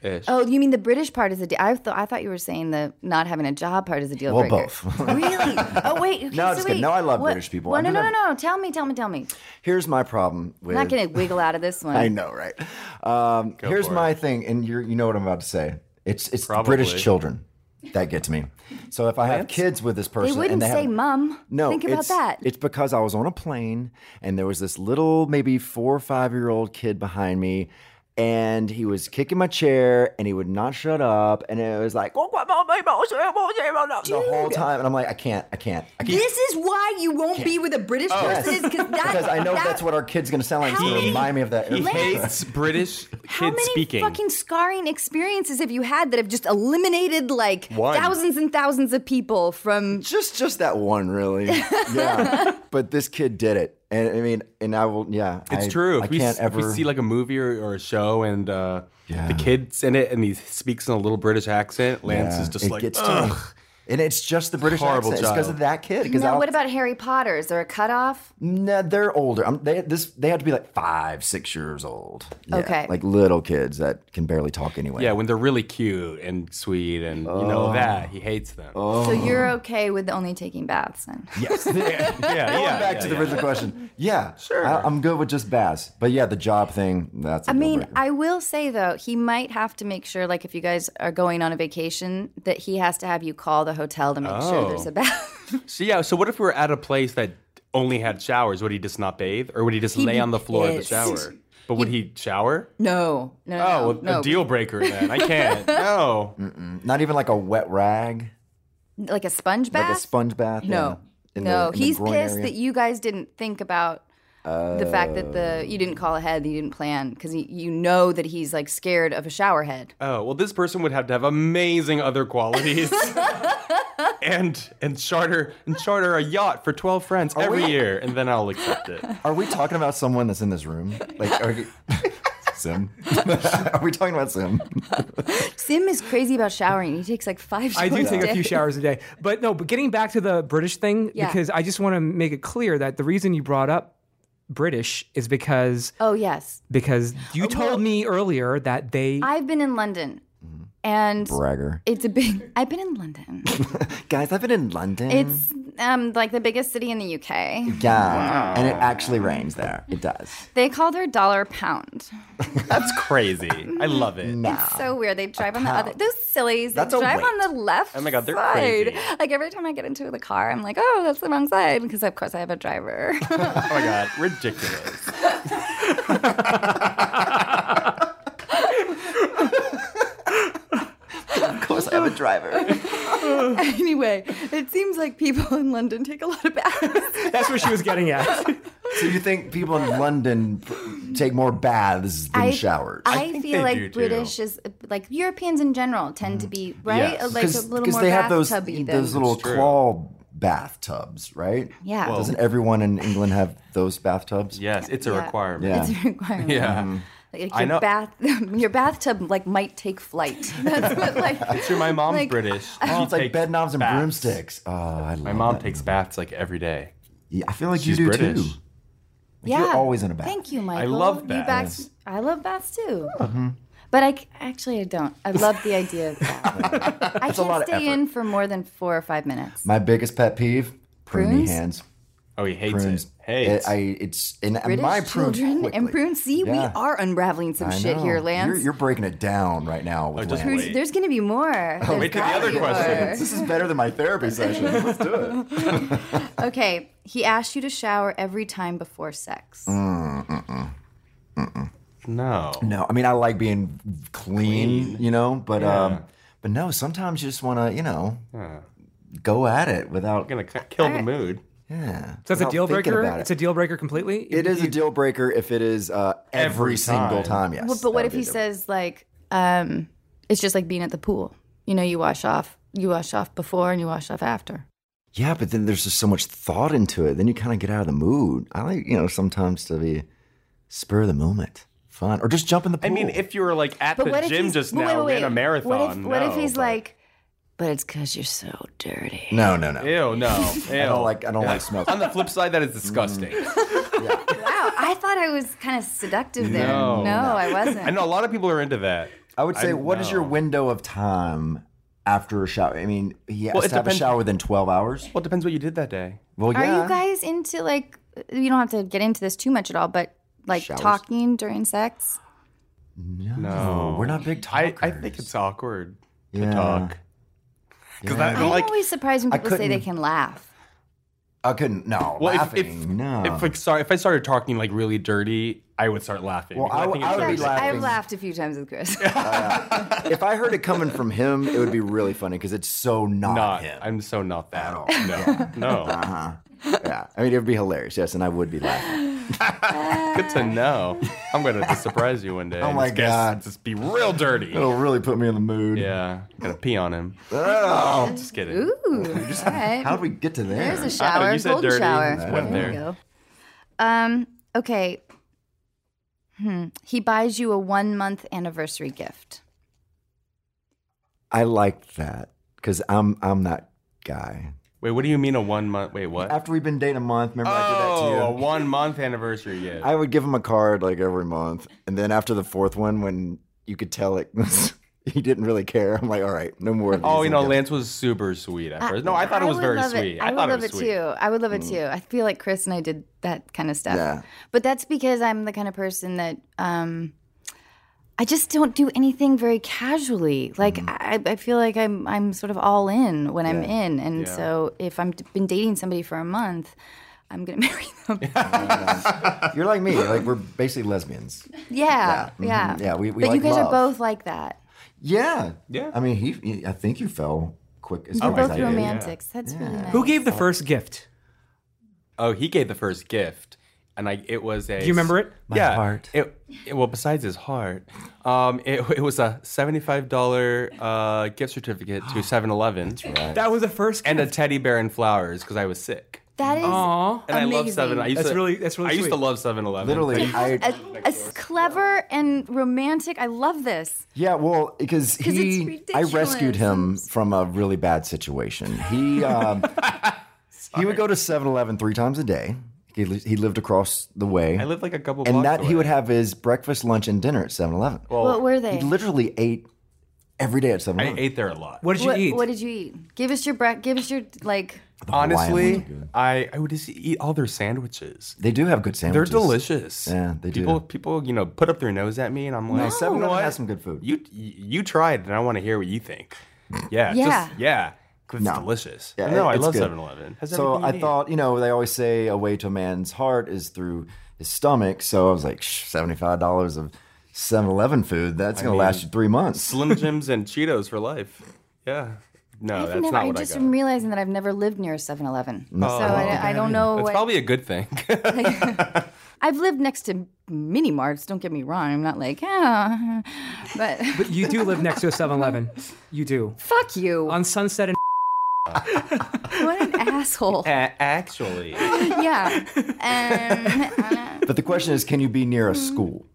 C: ish.
A: Oh, you mean the British part is the deal? I thought I thought you were saying the not having a job part is a deal
B: Well,
A: breaker.
B: both.
A: really? Oh wait. Okay,
B: No,
A: so
B: just kidding.
A: wait,
B: No, I love
A: what-
B: British people.
A: Well,
B: I
A: no,
B: do
A: no, no,
B: love-
A: no. Tell me, tell me, tell me.
B: Here's my problem with.
A: I'm not gonna wiggle out of this one.
B: I know, right? Um, here's my thing, and you you know what I'm about to say. It's it's the British
C: Probably.
B: children that get to me. So if I have kids with this person,
A: They
B: and
A: wouldn't
B: they have-
A: say mum.
B: No,
A: Think about
B: it's,
A: that.
B: It's because I was on a plane and there was this little, maybe four or five year old kid behind me, and he was kicking my chair and he would not shut up, and it was like "Oh, what, mom, mom, mom, mom, mom, mom, mom," the whole time, and I'm like, I can't, I can't, I can't.
A: this is why you won't be with a British person is that,
B: Oh, Because I know
A: that-
B: that's what our kid's gonna sound like. It's gonna
A: How-
B: remind me of that.
C: he
B: airplane.
C: hates British
A: How
C: kids
A: many
C: speaking.
A: fucking scarring experiences have you had that have just eliminated like
C: One.
A: thousands and thousands of people from?
B: just just that one, really. Yeah. but this kid did it, and I mean, and I will. Yeah,
C: It's
B: I-
C: true.
B: I
C: If we,
B: can't
C: s-
B: ever.
C: if we see like a movie or, or a show and uh,
B: Yeah.
C: the kids in it and he speaks in a little British accent, Lance
B: Yeah,
C: is just
B: it
C: like,
B: gets to
C: Ugh.
B: me. And it's just the British
C: Horrible
B: accent. It's because
C: child.
B: of that kid. Because
A: Now, what about Harry Potter? Is there a cutoff?
B: no, they're older. I'm, they this they have to be like five, six years old. Yeah,
A: Okay.
B: like little kids that can barely talk anyway.
C: yeah, when they're really cute and sweet and you
B: Oh.
C: know that he hates them.
A: So you're okay with only taking baths? And
B: Yes. Back
C: Yeah, yeah. yeah,
B: to
C: yeah.
B: the original question. Yeah, sure. I, I'm good with just bass, but yeah, the job thing. That's. a
A: I
B: deal
A: mean,
B: breaker.
A: I will say though, he might have to make sure, like, if you guys are going on a vacation, that he has to have you call the hotel to make sure
C: Oh.
A: there's a bath.
C: So yeah, so what if we were at a place that only had showers? Would he just not bathe, or would he just lay
A: be
C: on the floor of the
A: pissed.
C: shower? But would he shower?
A: no, no, no,
C: Oh,
A: no,
C: a-
A: no.
C: a deal breaker then. I can't. no.
B: not even like a wet rag,
A: like a sponge bath.
B: like a sponge bath.
A: No,
B: in- in
A: no,
B: the- in the
A: he's
B: groin
A: pissed
B: area.
A: that you guys didn't think about the fact that
B: Oh.
A: the you didn't call ahead, you didn't plan, because you know that he's like scared of a shower head.
C: Oh well, this person would have to have amazing other qualities. and and charter and charter a yacht for twelve friends every year, and then I'll accept it.
B: Are we talking about someone that's in this room? Like, are you, Sim? are we talking about Sim?
A: Sim is crazy about showering. He takes like five.
D: I
A: Showers
D: do take a
A: day.
D: few showers a day. But no, but getting back to the British thing,
A: Yeah.
D: because I just want to make it clear that the reason you brought up British is because
A: Oh yes,
D: because
A: Uh,
D: you told me earlier that they
A: I've been in London,
B: Mm-hmm.
A: and
B: Bragger.
A: it's a big. I've been in London.
B: Guys, I've been in London.
A: It's um like the biggest city in the UK.
B: yeah, and it actually rains there. It does.
A: They called her dollar pound.
C: That's crazy. I love it.
A: It's so weird. They drive on the other. Those sillies. They
B: That's a
A: drive
B: weight.
A: on the left.
C: Oh my God, they're
A: side.
C: crazy.
A: Like every time I get into the car, I'm like, oh, that's the wrong side because of course I have a driver.
C: Oh my god, ridiculous.
B: Of course, I have a driver.
A: anyway, it seems like people in London take a lot of baths.
D: that's what she was getting at.
B: so you think people in London pr- take more baths than
A: I-
B: showers?
A: I,
C: think
A: feel
C: they do,
A: like
C: too.
A: British is like Europeans in general tend
B: Mm.
A: to be right,
C: Yes.
A: like a little
B: because
A: more
B: they have those
A: bathtubby than
B: those little
C: It's true.
B: claw bathtubs, right?
A: Yeah. Well-
B: Doesn't everyone in England have those bathtubs?
C: Yes, it's a
A: Yeah.
C: requirement.
B: Yeah. Mm-hmm.
A: It's a requirement.
C: Yeah.
A: Like, your
C: I know.
A: bath, your bathtub like might take flight. That's what like.
C: Sure, my mom's
A: Like-
C: British.
B: Oh,
C: She
B: it's like
C: takes
B: bed knobs and
C: baths.
B: broomsticks. Oh, I love
C: My mom
B: that.
C: takes baths like every day.
B: Yeah, I feel like
C: She's
B: you do
C: British.
B: too.
A: yeah.
B: You're always in a bath.
A: Thank you, Michael.
C: love
A: You
C: baths.
A: I love baths too.
B: Mm-hmm.
A: But I c- actually I don't. I love the idea of baths. I
B: a
A: can't
B: lot of
A: stay
B: effort.
A: in for more than four or five minutes.
B: My biggest pet peeve: pruny
A: Prunes?
B: hands.
C: Oh, he hates
B: Prunes.
C: it. Hates.
B: It- I, it's and and
A: British
B: my prune
A: children and
B: quickly.
A: prunes. See, we
B: Yeah.
A: are unraveling some
B: I
A: shit
B: know.
A: here, Lance.
B: You're, you're breaking it down right now with
C: Oh, just
B: Lance.
A: Prunes-
C: Wait.
A: There's going to be more. Oh,
C: wait till the other questions.
B: This is better than my therapy session. Let's do it.
A: Okay, he asked you to shower every time before sex.
B: Mm,
C: no.
B: No, I mean I like being clean, you know, but um, but no, sometimes you just want to, you know, go at it without.
C: Gonna c- kill the mood.
B: Yeah,
D: So that's a
B: without
D: deal
B: thinking
D: breaker.
B: about
D: It's a deal breaker completely.
B: it is a deal breaker if it is uh, every,
C: Every
B: single time.
C: time.
B: Yes.
A: Well,
B: that
A: but what
B: would
A: if
B: be a
A: he
B: deal
A: says like, um, it's just like being at the pool. You know, you wash off, you wash off before and you wash off after.
B: Yeah, but then there's just so much thought into it. Then you kind of get out of the mood. I like, you know, sometimes to be spur of the moment, fun, or just jump in the
C: I
B: pool.
C: mean, if you were like at
A: But
C: the
A: what if
C: gym
A: he's,
C: just
A: but wait,
C: now
A: wait,
C: in a
A: wait.
C: marathon,
A: What if, what if
C: no,
A: he's
C: but-
A: like, but it's because you're so dirty.
B: no, no, no.
C: Ew, no. Ew.
B: I don't like. I don't like smells.
C: On the flip side, that is disgusting.
B: Mm.
A: Wow, I thought I was kind of seductive there.
C: No.
A: No, I wasn't.
C: I know a lot of people are into that.
B: I would say,
C: I-
B: what is your
C: no.
B: window of time after a shower? I mean, he has
C: Well, it
B: to have a
C: depends-
B: shower within 12 hours.
C: Well, it depends what you did that day.
B: Well,
A: Are
B: yeah.
A: you guys into like? You don't have to get into this too much at all, but like
B: Showers?
A: talking during sex.
B: no, we're not big
C: I,
B: talkers.
C: I think it's awkward
B: Yeah.
C: to talk. Because I
A: I'm
C: don't like.
A: always surprised when
B: I
A: people say they
B: couldn't-
A: can laugh.
B: I couldn't. No,
C: Well, if,
B: laughing.
C: if,
B: no.
C: if like sorry, if I started talking like really dirty, I would start laughing.
B: Well,
C: because
B: I w-
C: it's
B: I would be
C: dirty.
B: laughing.
A: I've laughed a few times with Chris.
B: if I heard it coming from him, it would be really funny because it's so not,
C: Not,
B: him.
C: I'm so not that.
B: all.
C: No, no.
B: yeah, I mean, it would be hilarious. Yes, and I would be laughing.
C: Good to know. I'm gonna have to surprise you one day.
B: Oh my
C: just guess-
B: God. Oh.
C: just be real dirty.
B: It'll really put me in the mood.
C: Yeah, gonna pee on him.
B: Oh,
C: I'm just kidding.
A: Ooh, all right.
B: how'd we get to there?
A: There's a
C: I don't know,
A: shower,
C: you said
A: golden
C: dirty.
A: shower.
C: Just went
A: you
C: there.
A: go. Um. Okay. Hmm. He buys you a one month anniversary gift.
B: I like that because I'm I'm that guy.
C: Wait, what do you mean a one month? Wait, what?
B: After we've been dating a month, remember I did that to
C: oh,
B: you?
C: a one month anniversary gift.
B: I would give him a card like every month, and then after the fourth one, when you could tell it was, he didn't really care, I'm like, all right, no more. Of these.
C: Oh, you know,
B: Okay.
C: Lance was super sweet at first. No, I thought it was
A: would
C: very
A: love
C: sweet.
A: I, would
C: thought
A: love
C: it was
A: it,
C: sweet.
A: too. I would love it too. I feel like Chris and I did that kind of stuff.
B: Mm. Yeah.
A: But that's because I'm the kind of person that um, I just don't do anything very casually. Like
B: Mm-hmm.
A: I, I feel like I'm I'm sort of all in when I'm in, and so if I'm d- been dating somebody for a month. I'm gonna marry them. Yeah,
B: you're like me. Like we're basically lesbians.
A: yeah,
B: mhm.
A: yeah.
B: Yeah, we- we
A: but you
B: like
A: guys
B: love.
A: are both like that.
B: Yeah.
C: Yeah.
B: I mean, he. he- I think you fell quick as
A: We're
B: far as I
A: both
B: did.
A: romantics. That's really nice.
D: Who gave the first gift?
C: Oh, he gave the first gift. and I it was a.
D: Do you remember it?
C: My yeah, heart. It, it- well, besides his heart, um, it, it was a seventy-five dollar uh, gift certificate to 7-Eleven
D: That was the first.
C: and a teddy bear and flowers because I was sick.
A: That is
D: Aw.
C: And I love
A: Amazing.
C: Seven. I used
D: That's
C: to,
D: really- that's really
C: I used to
D: sweet.
C: love 7-Eleven.
B: Literally, I
A: a, a s- clever and romantic. I love this.
B: Yeah, well, because
A: 'Cause it's
B: he, I rescued
A: ridiculous.
B: him from a really bad situation. He, um, he would go to 7-Eleven three times a day. He, li- he lived across the way,
C: I lived like a couple blocks
B: and that he
C: away.
B: would have his breakfast, lunch, and dinner at 7-Eleven. Well,
C: Oh,
A: what were they?
B: he literally ate every day at 7-Eleven.
C: I ate there a lot.
D: What did you
A: what,
D: eat?
A: what did you eat? Give us your bre- Give us your like.
C: Honestly,
B: ones are good.
C: I, I would just eat all their sandwiches.
B: They do have good
C: They're
B: sandwiches.
C: delicious.
B: Yeah, they do.
C: people, People, you know, put up their nose at me, and I'm like,
A: Oh.
B: No,
C: you know
B: 7-Eleven
C: what?
B: has some good food.
C: You you tried, and I want to hear what you think. Yeah,
A: Yeah.
C: just, yeah. 'cause It's
B: No.
C: delicious.
B: Yeah,
C: no,
B: it-
C: I
B: it's
C: love
B: good.
C: 7-Eleven. Has
B: so
C: everything you
B: I
C: need.
B: thought, you know, they always say a way to a man's heart is through his stomach. So I was like, Shh, $75 of 7-Eleven food, that's going to last you three months.
C: Slim Jims and Cheetos for life. Yeah. No,
A: I've
C: Oh, that's
A: never,
C: not
A: I
C: what
A: just
C: I
A: am
C: got.
A: realizing that I've never lived near a 7-Eleven, so I, I don't know
C: That's
A: what.
C: probably a good thing.
A: I've lived next to mini marts. Don't get me wrong. I'm not like ah, but
D: But you do live next to a 7-Eleven. You do.
A: fuck you.
D: On Sunset and
A: what an asshole.
C: actually,
A: yeah. Um,
B: But the question is, can you be near a school?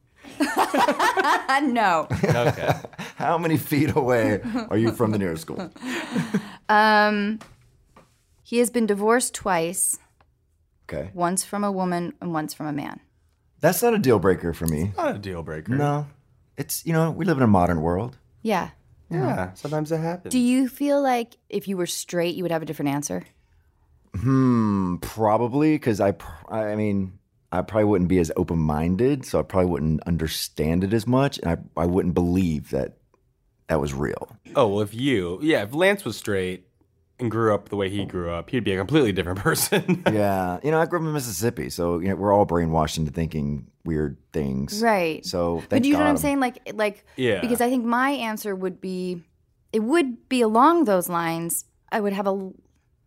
A: I know.
C: okay.
B: How many feet away are you from the nearest school?
A: Um, he has been divorced twice.
B: Okay.
A: Once from a woman and once from a man.
B: That's not a deal breaker for me.
C: Not a deal breaker.
B: No. It's, you know, we live in a modern world.
A: Yeah.
C: Yeah, sometimes it happens.
A: Do you feel like if you were straight, you would have a different answer?
B: Mm, Probably because I, pr- I mean, I probably wouldn't be as open minded. So I probably wouldn't understand it as much. And I, I wouldn't believe that that was real.
C: Oh well, if you, yeah, if Lance was straight and grew up the way he grew up, he'd be a completely different person.
B: yeah. You know, I grew up in Mississippi. So, you know, we're all brainwashed into thinking weird things.
A: Right.
B: So,
A: but
B: thank
A: do you know what
B: God
A: I'm saying? Like, like,
C: Yeah.
A: Because I think my answer would be, it would be along those lines. I would have a,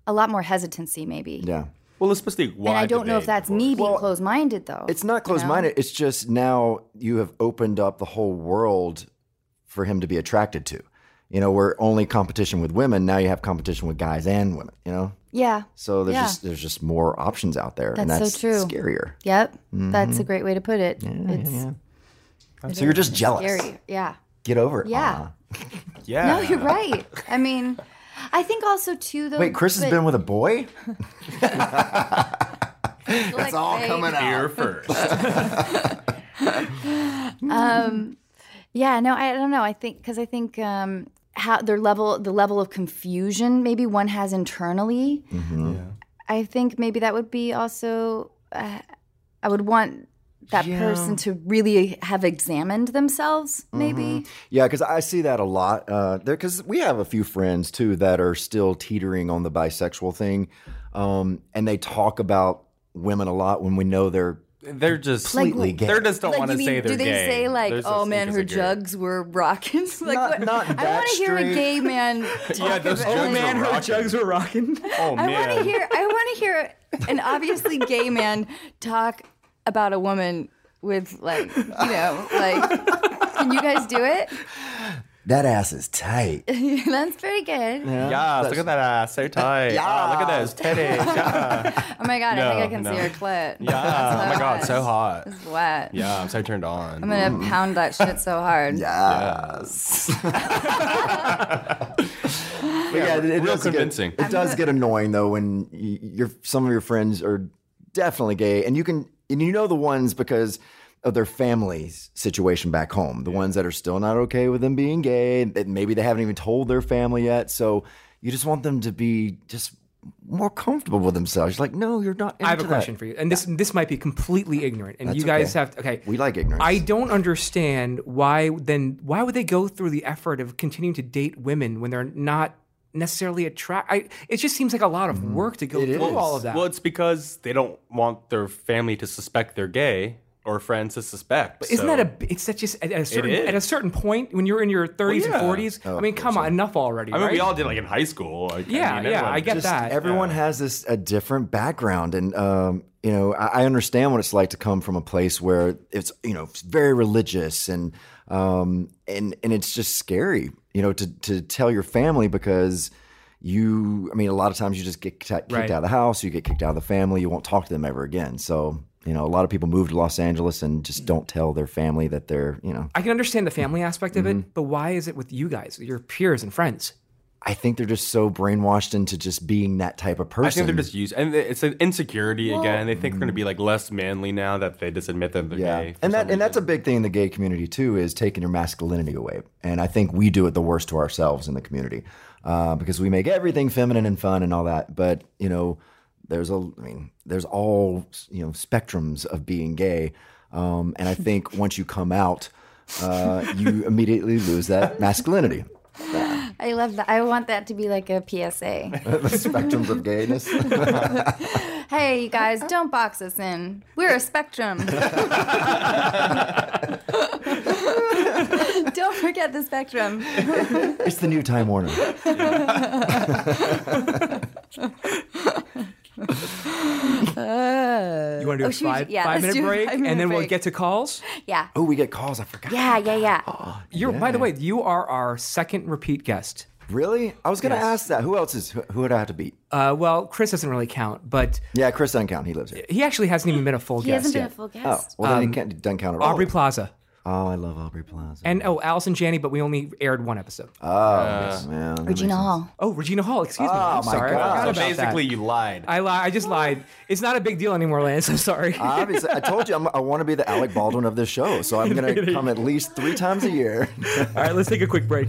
A: a lot more hesitancy, maybe.
B: Yeah.
C: well, especially why.
A: And I don't know if
C: debate
A: that's me
C: divorce.
A: being closed-minded, though.
B: It's not closed minded. It's just now you have opened up the whole world for him to be attracted to. You know, we're only competition with women. Now you have competition with guys and women. You know,
A: yeah.
B: so there's
A: Yeah.
B: just there's just more options out there, and
A: That's
B: that's
A: so true.
B: scarier.
A: Yep. That's
B: Mm-hmm.
A: a great way to put it. it's
B: So you're just jealous.
A: scary. Yeah.
B: Get over it.
A: Yeah.
B: Anna.
C: Yeah.
A: No, you're right. I mean, I think also too though.
B: Wait, Chris has
A: but,
B: been with a boy.
A: like,
B: It's all
A: they-
B: coming out.
C: Here first.
A: Yeah, no, I don't know. I think because I think um, how their level, the level of confusion maybe one has internally.
B: Mm-hmm.
A: I think maybe that would be also. Uh, I would want that person to really have examined themselves, maybe.
B: Mm-hmm. Yeah, because I see that a lot. Uh, there, because we have a few friends too that are still teetering on the bisexual thing, um, and they talk about women a lot when we know they're
C: They're just
A: Like,
B: completely gay.
C: they just don't
A: Like,
C: want
A: you
C: to
A: mean,
C: say they're
A: do they
C: gay.
A: say like,
C: They're so
A: "Oh man,
C: sneak as
A: her
C: a goose.
A: jugs were rocking"? like,
B: Not-
A: what?
B: not
A: I want
B: that
A: to hear a
B: straight.
A: gay man. Talk
C: Yeah, those
A: about- Oh,
C: jugs are
D: man, her
C: rocking.
D: jugs were rocking.
C: Oh
A: I
C: man.
A: want to hear. I want to hear an obviously gay man talk about a woman with like, you know, like. Can you guys do it?
B: that ass is tight.
A: That's pretty good.
C: Yes, look at that ass, so tight. Ah, look at those titties. Yeah,
A: Oh my god, I think I can
C: No,
A: see
C: no.
A: her clit.
C: yeah. Oh my god, so hot.
A: It's wet.
C: Yeah, Mm. I'm so turned on.
A: I'm gonna pound that shit so hard.
B: Yes. But yeah, it, it
C: real
B: does get-
C: convincing.
B: it does get annoying though when y- your some of your friends are definitely gay, and you can and you know the ones because of their family's situation back home. The ones that are still not okay with them being gay, that maybe they haven't even told their family yet. So you just want them to be just more comfortable with themselves. You're like, no, you're not. Into
D: I have a
B: that."
D: question for you, and this this might be completely ignorant, and you guys
B: okay.
D: have to, okay.
B: We like ignorance.
D: I don't understand why then why would they go through the effort of continuing to date women when they're not necessarily attracted? It just seems like a lot
C: Mm,
D: of work to go through all of that.
C: Well, it's because they don't want their family to suspect they're gay. or friends to suspect.
D: Isn't
C: so-
D: that a? It's that just at a certain
C: is.
D: at a certain point when you're in your 30s
C: yeah. Oh,
D: and 40s. I mean, come on, enough already.
C: I mean,
D: right?
C: we all did like in high school. Like,
D: Yeah,
C: I mean,
D: yeah,
C: everyone-
D: I get
C: just-
D: that.
B: Everyone has this a different background, and um, you know, I, I understand what it's like to come from a place where it's you know it's very religious and um, and and it's just scary, you know, to to tell your family because you, I mean, a lot of times you just get kicked out- kicked
D: Right.
B: out of the house, you get kicked out of the family, you won't talk to them ever again. So you know, a lot of people move to Los Angeles and
D: Mm.
B: just don't tell their family that they're you know.
D: I can understand the family aspect of
C: Mm-hmm.
D: it, but why is it with you guys, your peers and friends?
B: I think they're just so brainwashed into just being that type of person.
C: I think they're just used, and it's an insecurity again. They think they're going to be like less manly now that they just admit that they're gay. for
B: and
C: some
B: that and that's a big thing in the gay community too is taking your masculinity away. And I think we do it the worst to ourselves in the community uh, because we make everything feminine and fun and all that. But you know, there's a I mean, there's all you know spectrums of being gay. Um, and I think once you come out, uh, you immediately lose that masculinity.
A: I love that. I want that to be like a PSA.
B: the spectrums of gayness.
A: hey, you guys, don't box us in. We're a spectrum. don't forget the spectrum.
B: it's the new Time Warner.
D: You want to do
A: oh,
D: a
A: should we-
D: five,
A: yeah,
D: five
A: let's
D: minute
A: do a
D: break,
A: five-minute
D: and then we'll
A: break.
D: get to calls.
A: Yeah.
B: Oh, we get calls. I forgot.
A: Yeah, yeah, yeah.
D: You're, by the way, you are our second repeat guest.
B: Really? I was gonna ask that. Who else is? Who, who would I have to beat?
D: Uh, well, Chris doesn't really count, but
B: yeah, Chris Duncan. He lives here.
D: he actually hasn't even been a full
A: He
D: guest
A: hasn't been
D: yet.
A: a full
B: Oh,
A: guest.
B: well, then it can't, doesn't count at all.
D: Um, Aubrey Plaza
B: oh, I love Aubrey Plaza.
D: and oh, Allison Janney, but we only aired one episode.
B: oh, yes, man. that
A: Regina
B: makes sense.
A: Hall.
D: Uh, oh, Regina Hall. Excuse me. I'm
B: my
D: sorry.
B: God.
D: I forgot
C: reason.
D: about
C: So basically,
D: that.
C: you lied.
D: I li- I just lied. It's not a big deal anymore, Lance. I'm sorry.
B: Obviously, I told you I'm, I want to be the Alec Baldwin of this show, so I'm going to come at least three times a year.
D: All right, let's take a quick break.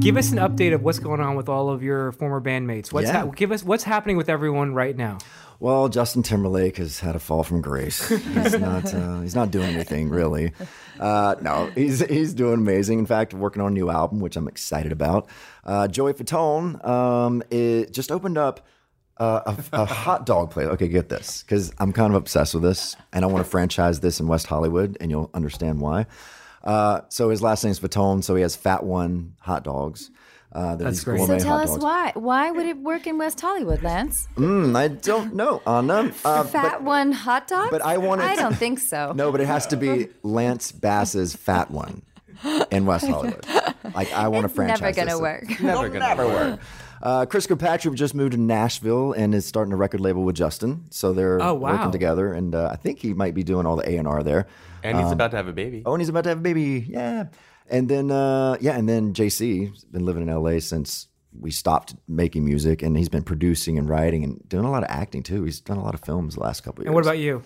D: Give us an update of what's going on with all of your former bandmates. What's
B: Yeah.
D: hap- give us what's happening with everyone right now?
B: Well, Justin Timberlake has had a fall from grace. He's not. Uh, he's not doing anything really. Uh, no, he's he's doing amazing. In fact, working on a new album, which I'm excited about. Uh, Joey Fatone um, it just opened up uh, a, a hot dog place. Okay, get this, because I'm kind of obsessed with this, and I want to franchise this in West Hollywood, and you'll understand why. Uh, so his last name's Fatone, so he has Fat One hot dogs. Uh, That's
D: great.
A: So tell us why. Why would it work in West Hollywood, Lance?
B: Mm, I don't know, Anna. Uh,
A: Fat one hot dog?
B: but I wanted-
A: I don't think so.
B: No, but it has to be Lance Bass's fat one in West Hollywood. Like I want to
A: it's
B: franchise.
A: never gonna
B: this.
A: work.
C: never gonna work.
B: Uh, Chris Kilpatrick just moved to Nashville and is starting a record label with Justin, so they're
D: Oh, wow.
B: working together. And uh, I think he might be doing all the A and R there.
C: And he's about to have a baby.
B: Oh, and he's about to have a baby. Yeah. And then, uh, yeah, and then JC's been living in LA since we stopped making music, and he's been producing and writing and doing a lot of acting too. He's done a lot of films the last couple of years.
D: And what about you?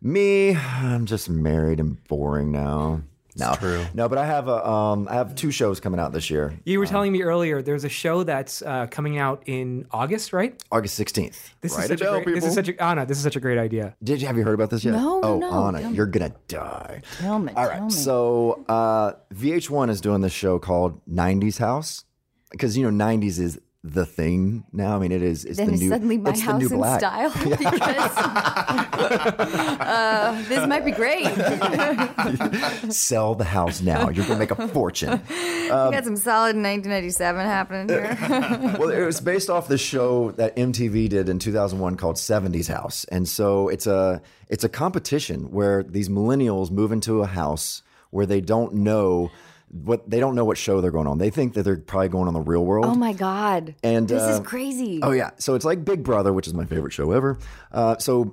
B: Me, I'm just married and boring now. No, true. No, but I have a um, I have two shows coming out this year,
D: You were telling me earlier there's a show that's uh, coming out in August, right?
B: August sixteenth.
D: This is such a great, this is such a Anna, this is such a great idea.
B: Did you have you heard about this yet?
A: No,
B: oh,
A: no,
B: Anna,
A: tell me.
B: you're gonna die.
A: Tell me,
B: All right,
A: tell me.
B: so uh, VH1 is doing this show called '90s House because you know '90s is the thing now. I mean, it is. It's
A: then
B: the
A: it's
B: new,
A: suddenly my
B: it's the
A: house
B: new
A: in
B: black.
A: style because uh, this might be great.
B: Sell the house now. You're gonna make a fortune. Um,
A: we got some solid 1997 happening here.
B: well, it was based off the show that MTV did in 2001 called 70s House. And so it's a it's a competition where these millennials move into a house where they don't know what they don't know what show they're going on. They think that they're probably going on the real world.
A: oh my god!
B: And,
A: this is
B: uh,
A: crazy.
B: Oh yeah, so it's like Big Brother, which is my favorite show ever. Uh, so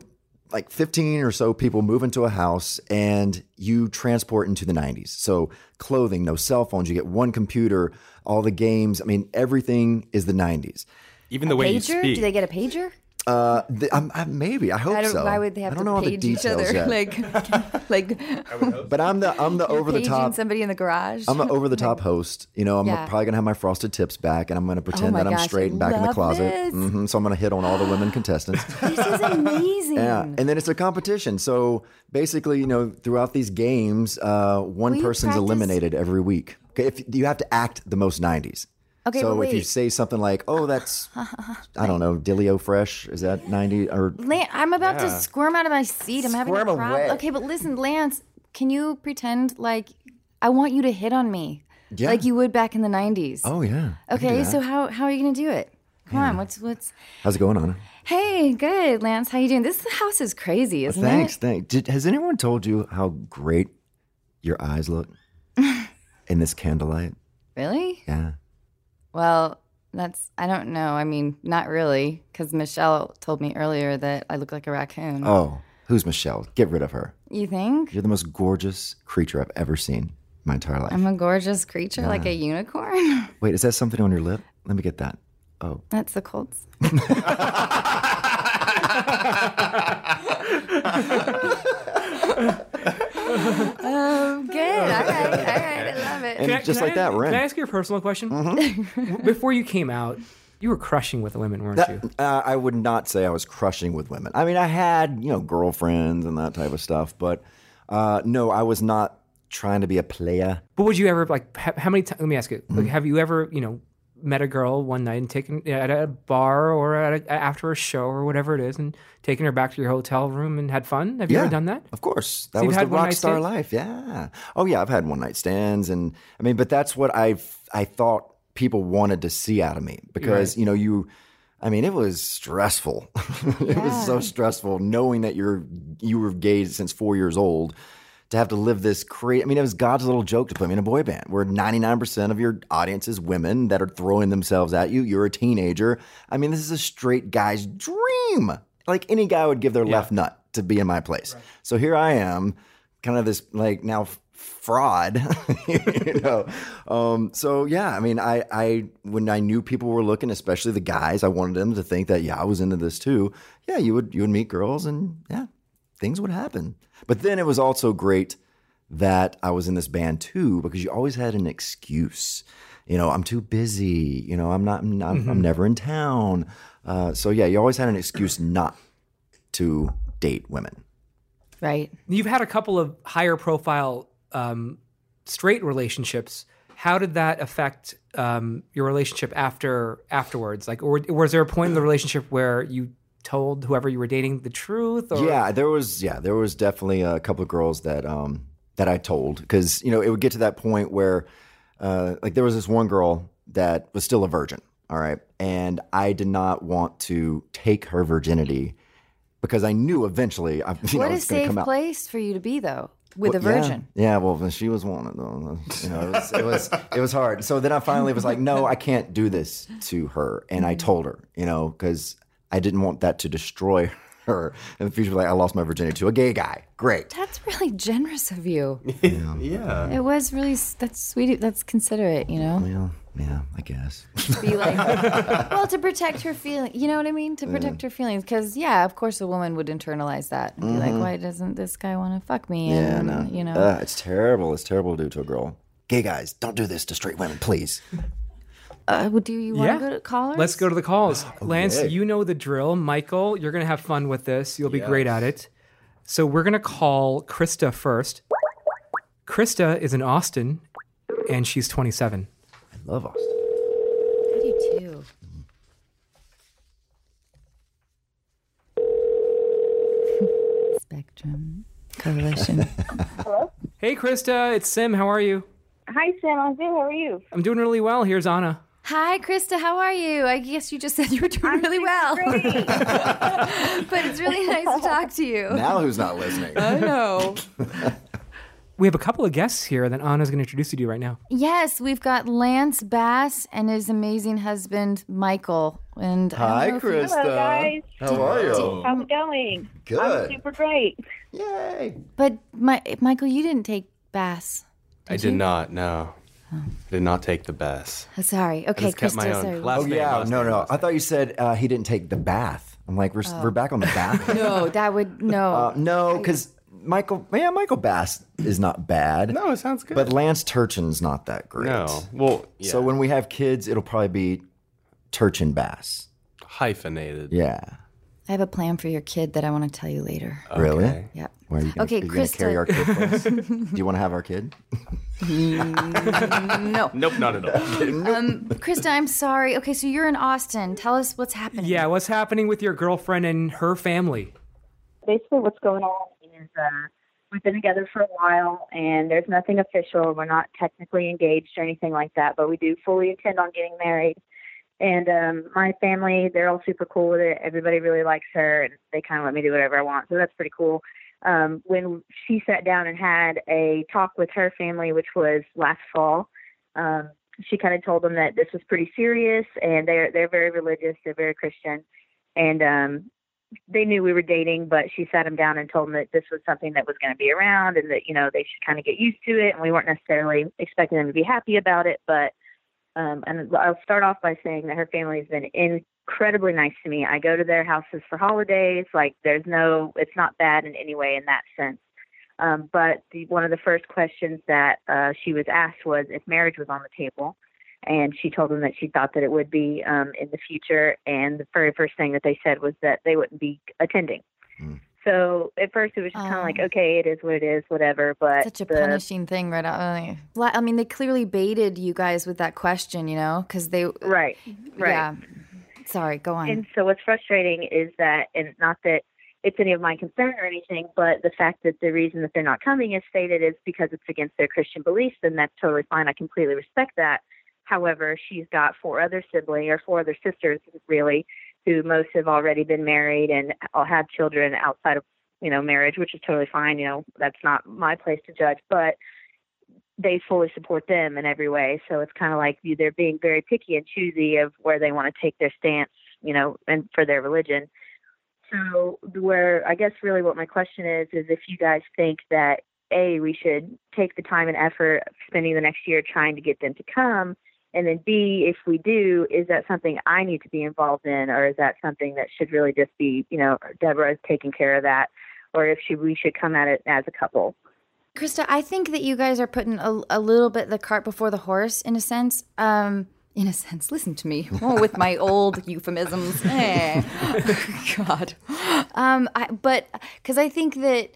B: like 15 or so people move into a house and you transport into the 90s. So clothing, no cell phones, you get one computer, all the games. I mean, everything is the 90s.
C: Even the way you
A: pager?
C: speak.
A: Do they get a pager?
B: Uh, th- um, uh, maybe I hope
A: I don't.
B: so.
A: Why would they have
B: I don't
A: to
B: know all the
A: page each
B: details
A: other?
B: yet.
A: Like, like
B: but I'm the I'm the over the
A: paging
B: top.
A: somebody in the garage.
B: I'm the over the top host. You know, I'm
A: Yeah. Oh
B: probably gonna have my frosted tips back, and I'm gonna pretend
A: my
B: that I'm
A: gosh,
B: straight and back in the
A: love
B: closet.
A: this.
B: hmm so I'm gonna hit on all the women contestants.
A: this is amazing.
B: Yeah, and then it's a competition. So basically, you know, throughout these games, uh, one
A: Will you
B: person's
A: practice-
B: eliminated every week. Okay, if you have to act the most '90s.
A: Okay,
B: so
A: but
B: if you
A: wait.
B: say something like, "Oh, that's I don't know, Dilio Fresh," is that '90 or
A: Lan- I'm about to squirm out of my seat. I'm having a
B: Squirm
A: problem.
B: away.
A: Okay, but listen, Lance, can you pretend like I want you to hit on me?
B: Yeah.
A: Like you would back in the 90s.
B: oh yeah? I can do
A: okay,
B: that.
A: so how, how are you going to do it? Come on, what's what's
B: how's it going, Anna?
A: Hey, good, Lance. How you doing? This house is crazy, isn't
B: Thanks,
A: it?
B: thanks. Did, has anyone told you how great your eyes look in this candlelight?
A: Really?
B: Yeah.
A: Well, that's I don't know. I mean, not really cuz Michelle told me earlier that I look like a raccoon.
B: Oh, who's Michelle? Get rid of her.
A: You think?
B: You're the most gorgeous creature I've ever seen in my entire life.
A: I'm a gorgeous creature like a unicorn.
B: Wait, is that something on your lip? Let me get that. Oh.
A: That's the Colts. Um, good. All right. All right. I love it.
B: And just like
D: I,
B: that, Ren. Mm-hmm.
D: Can I ask you a personal question? Before you came out, you were crushing with the women, weren't you?
B: That- uh, I would not say I was crushing with women. I mean, I had you know girlfriends and that type of stuff, but uh, no, I was not trying to be a player.
D: But would you ever like? Ha- how many times? Let me ask you.
B: Mm-hmm.
D: Like, have you ever, you know, met a girl one night and taken at a bar or at a, after a show or whatever it is, and taken her back to your hotel room and had fun? Have you ever done that?
B: Of course. That
D: you've
B: was the
D: had one
B: rock
D: night
B: star
D: stands?
B: life. Yeah. Oh yeah, I've had one night stands and I mean, but that's what I I thought people wanted to see out of me because, you know, you I mean, it was stressful. it was so stressful knowing that you're you were gay since 4 years old to have to live this crazy. I mean, it was God's little joke to put me in a boy band where 99% of your audience is women that are throwing themselves at you. You're a teenager. I mean, this is a straight guy's dream. Like any guy would give their left nut to be in my place. So here I am, kind of this like now f- fraud, you know. Um, so yeah, I mean, I I when I knew people were looking, especially the guys, I wanted them to think that yeah, I was into this too. Yeah, you would you would meet girls and yeah, things would happen. But then it was also great that I was in this band too because you always had an excuse. You know, I'm too busy. You know, I'm not. I'm, not, I'm never in town. Uh, so yeah, you always had an excuse not to date women.
A: Right.
D: You've had a couple of higher profile um, straight relationships. How did that affect um, your relationship after afterwards? Like, or was there a point in the relationship where you told whoever you were dating the truth? Or
B: Yeah, there was. Yeah, there was definitely a couple of girls that um that I told because you know it would get to that point where uh like there was this one girl that was still a virgin. All right, and I did not want to take her virginity because I knew eventually I you
A: what
B: know,
A: a
B: it's going
A: safe
B: to come out.
A: place for you to be though with a
B: Well, yeah.
A: virgin.
B: Yeah, well, then she was one of them. You know, it was, it was it was hard. So then I finally was like, no, I can't do this to her, and I told her, you know, because I didn't want that to destroy her in the future. Like I lost my virginity to a gay guy. Great.
A: That's really generous of you.
C: yeah.
A: It was really s- that's sweet. That's considerate, you know.
B: Well, yeah, I guess.
A: Be like, well, to protect her feeling. You know what I mean? To protect her feelings, because yeah, of course, a woman would internalize that and be like, why doesn't this guy want to fuck me?
B: Mm-hmm. yeah,
A: and
B: no. Uh.
A: you know,
B: Ugh, it's terrible. It's terrible to do to a girl. Gay guys, don't do this to straight women, please.
A: uh, well, do you want to go to college?
D: Let's go to the calls. Lance,
B: Okay.
D: you know the drill. Michael, you're going to have fun with this. You'll be great at it. So we're going to call Krista first. Krista is in Austin and she's 27.
B: I love Austin.
A: I do too. Spectrum Coalition.
D: Hey, Krista, it's Sim. How are you?
F: Hi, Sam. I'm good. How are you?
D: I'm doing really well. Here's Anna.
A: Hi, Krista. How are you? I guess you just said you were doing really well,
F: Great.
A: but it's really nice to talk to you.
B: Now who's not listening?
A: I know.
D: We have a couple of guests here that Anna's going to introduce you to right now.
A: Yes, we've got Lance Bass and his amazing husband Michael. And I don't
B: Hi,
A: know if you-
B: Krista.
F: Hello, guys.
B: How are you?
F: How's it going? I'm
B: Good.
F: super great.
B: Yay.
A: But my, Michael, you didn't take Bass.
C: I did not. No,
B: Oh.
C: I did not take the best.
A: Oh, sorry.
C: I
A: Okay,
C: just kept
A: Krista.
C: my own.
A: Sorry.
C: Last
B: Oh
C: name,
B: yeah.
C: last
B: No,
C: name,
B: no.
C: last
B: I thought you said uh, he didn't take the bath. I'm like, we're, we're back on the bath.
A: Oh. No, Oh, that would no.
B: Uh, no, because Michael, yeah, Michael Bass is not bad.
C: name. No, it sounds good.
B: but Lance Turchin's not that great.
C: no, well, yeah.
B: So when we have kids, it'll probably be Turchin Bass.
C: hyphenated.
B: Yeah.
A: I have a plan for your kid that I want to tell you later.
B: Really?
A: Yep.
B: Where are you gonna,
A: Okay,
B: are you gonna carry
A: Krista.
B: our kid? for us? Do you want to have our kid?
A: No.
C: Nope, not at all.
A: Um, Krista, I'm sorry. Okay, so you're in Austin. Tell us what's happening.
D: Yeah, what's happening with your girlfriend and her family?
F: Basically, what's going on is uh, we've been together for a while, and there's nothing official. We're not technically engaged or anything like that, but we do fully intend on getting married. And um, my family, they're all super cool with it. Everybody really likes her, and they kind of let me do whatever I want. So that's pretty cool. Um, when she sat down and had a talk with her family, which was last fall, um, she kind of told them that this was pretty serious, and they're they're very religious, they're very Christian, and um, they knew we were dating. But she sat them down and told them that this was something that was going to be around, and that you know they should kind of get used to it. And we weren't necessarily expecting them to be happy about it, but um, and I'll start off by saying that her family has been incredibly nice to me. I go to their houses for holidays. Like, there's no, it's not bad in any way in that sense. Um, but the, one of the first questions that uh, she was asked was if marriage was on the table. And she told them that she thought that it would be um, in the future. And the very first thing that they said was that they wouldn't be attending.
B: Mm.
F: So at first it was just kind
A: Oh.
F: of like, okay, it is what it is, whatever. But
A: Such a
F: the-
A: punishing thing, right? out- Bla- I mean, they clearly baited you guys with that question, you know, because they.
F: right, right.
A: uh, Yeah. Sorry, go on.
F: And so what's frustrating is that, and not that it's any of my concern or anything, but the fact that the reason that they're not coming is stated is because it's against their Christian beliefs, then that's totally fine. I completely respect that. However, she's got four other siblings or four other sisters, really, who most have already been married and all have children outside of you know marriage, which is totally fine. You know that's not my place to judge, but they fully support them in every way. So it's kind of like you- they're being very picky and choosy of where they want to take their stance, you know, and for their religion. So where I guess really what my question is is if you guys think that a we should take the time and effort of spending the next year trying to get them to come, and then b if we do, is that something I need to be involved in, or is that something that should really just be you know Deborah is taking care of that, or if she, we should come at it as a couple.
A: Krista, I think that you guys are putting a, a little bit the cart before the horse in a sense. Um, in a sense, listen to me. Oh, with my old euphemisms. Eh. God. Um, I, but because I think that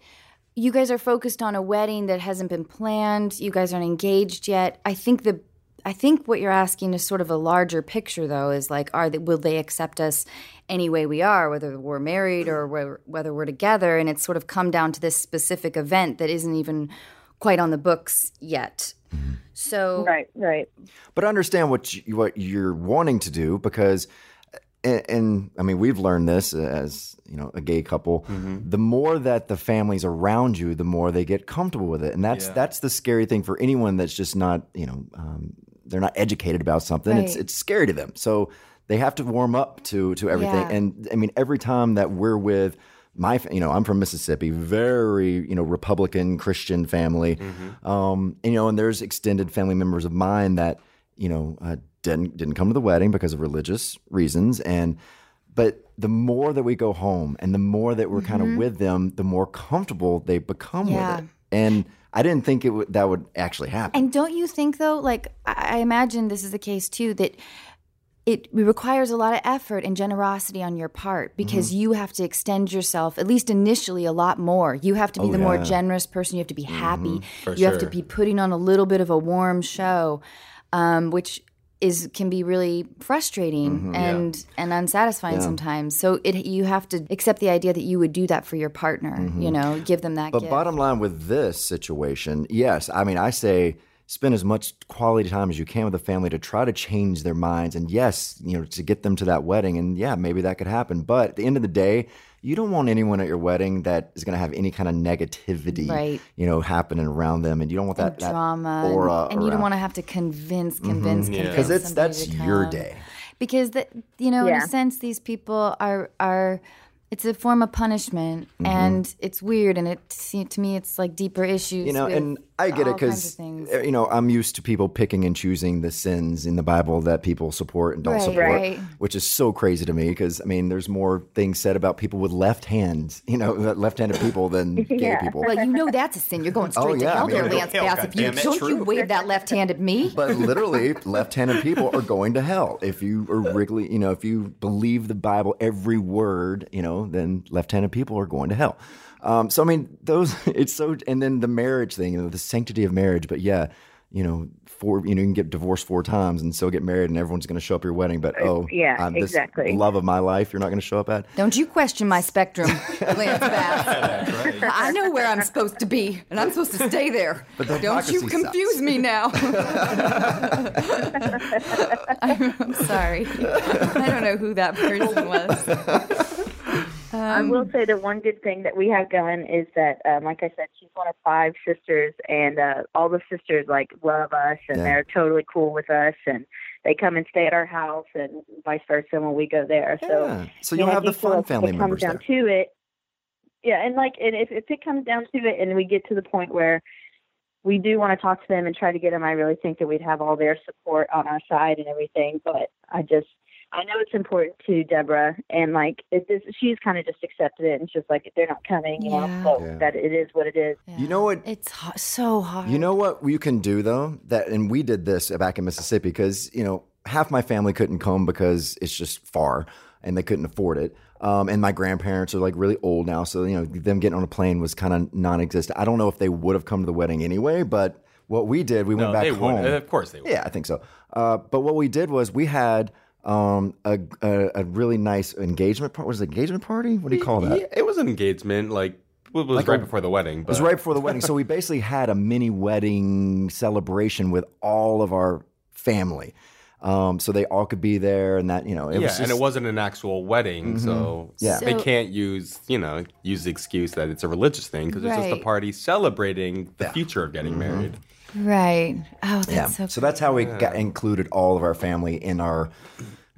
A: you guys are focused on a wedding that hasn't been planned, you guys aren't engaged yet. I think the I think what you're asking is sort of a larger picture, though, is like, are they, will they accept us any way we are, whether we're married or whe- whether we're together? And it's sort of come down to this specific event that isn't even quite on the books yet. So,
F: Right, right.
B: But understand what you, what you're wanting to do because, and, and I mean, we've learned this as you know a gay couple. The more that the families around you, the more they get comfortable with it, and that's that's the scary thing for anyone that's just not you know um, they're not educated about something. It's
A: Right.
B: it's scary to them, so they have to warm up to to everything.
A: Yeah.
B: And I mean, every time that we're with. My, fa- you know, I'm from Mississippi, very, you know, Republican Christian family.
A: Mm-hmm.
B: Um, you know, and there's extended family members of mine that you know uh, didn't didn't come to the wedding because of religious reasons, and but the more that we go home and the more that we're kind of with them, the more comfortable they become
A: Mm-hmm. Yeah.
B: with it. And I didn't think it would that would actually happen.
A: and don't you think, though, like, I I imagine this is the case too, that it requires a lot of effort and generosity on your
B: Mm-hmm.
A: part because you have to extend yourself at least initially a lot more you have to be
B: Oh,
A: the more
B: yeah. Mm-hmm.
A: generous person you have to be happy
C: For
A: you have to
C: sure.
A: be putting on a little bit of a warm show um, which is can be really frustrating
B: Mm-hmm.
A: and and unsatisfying sometimes. So it you have to accept the idea that you would do that for your partner. You know, give them that.
B: Mm-hmm. But
A: gift.
B: bottom line with this situation, yes, I mean, I say spend as much quality time as you can with the family to try to change their minds and yes, you know, to get them to that wedding and yeah, maybe that could happen. But at the end of the day, you don't want anyone at your wedding that is going to have any kind of negativity,
A: Right.
B: you know, happening around them, and you don't want that, that
A: drama and-
B: aura,
A: and, you don't
B: around-
A: want to have to convince convince convince
B: because it's
A: somebody
B: that's
A: to
B: your
A: come.
B: day.
A: because that you know in
F: Yeah.
A: a sense these people are are it's a form of punishment
B: Mm-hmm.
A: and it's weird and it se- to me it's like deeper issues
B: you know
A: with
B: and i get it
A: all kinds of
B: because
A: things.
B: you know i'm used to people picking and choosing the sins in the bible that people support and don't
A: Right,
B: support
A: right.
B: which is so crazy to me because i mean there's more things said about people with left hands you know left-handed people than gay people
A: well, you know that's a sin. You're going straight
B: Oh, yeah,
A: to
B: I
A: hell
B: mean,
A: there,
B: it'll
A: Lance
G: kill,
A: Bass. If you
G: goddammit,
A: don't
G: true.
A: you wave that left hand at me?
B: but literally left-handed people are going to hell if you are really you know if you believe the bible every word you know then left-handed people are going to hell um, so i mean those it's so and then the marriage thing you know the sanctity of marriage but yeah you know four you know you can get divorced four times and still get married and everyone's going to show up at your wedding but oh
F: Uh, yeah,
B: I'm this
F: exactly.
B: love of my life you're not going to show up at
A: Don't you question my spectrum, Lance Bass. I know where I'm supposed to be, and I'm supposed to stay there. Don't you
B: hypocrisy
A: confuse
B: sucks.
A: me now. I'm, I'm sorry. I don't know who that person was.
F: I
B: Um,
F: will say the one good thing that we have done is that, um, like I said, she's one of five sisters, and uh, all the sisters like love us, and
B: Yeah.
F: they're totally cool with us, and they come and stay at our house, and vice versa when we go there.
B: Yeah.
F: So,
B: so
F: you
B: you'll
F: know,
B: have the
F: do
B: fun
F: feel like if
B: family
F: it
B: members
F: comes down
B: there
F: to it. Yeah, and like, and if, if it comes down to it, and we get to the point where we do want to talk to them and try to get them, I really think that we'd have all their support on our side and everything. But I just, I know it's important to Deborah, and like, it, this, she's kind of just accepted it, and it's just like they're not coming, you
A: Yeah.
F: know, so
B: Yeah.
F: that it is what it is.
B: you know what
A: It's ho- so hard.
B: You know what you can do though that, and we did this back in Mississippi because you know half my family couldn't come because it's just far and they couldn't afford it. Um, and my grandparents are like really old now, so you know them getting on a plane was kind of non-existent. I don't know if they would have come to the wedding anyway, but what we did, we
C: No,
B: went back
C: they
B: home.
C: would. Of course they would.
B: Yeah, I think so. Uh, but what we did was we had um, a, a a really nice engagement party. Was it engagement party? What do you call that?
C: Yeah, it was an engagement. Like it was
B: Like
C: right
B: a-
C: before the wedding. But
B: It was right before the wedding. So we basically had a mini wedding celebration with all of our family. Um, so they all could be there and that, you know, it
C: yeah,
B: was just, Mm-hmm.
C: and it wasn't an actual wedding, so
B: Yeah.
C: they
A: So-
C: can't use you know use the excuse that it's a religious thing because it's just
A: Right.
C: a party celebrating the future of getting
B: Mm-hmm.
C: married.
A: Right. Oh, that's
B: yeah.
A: so,
B: So, that's how we got included all of our family in our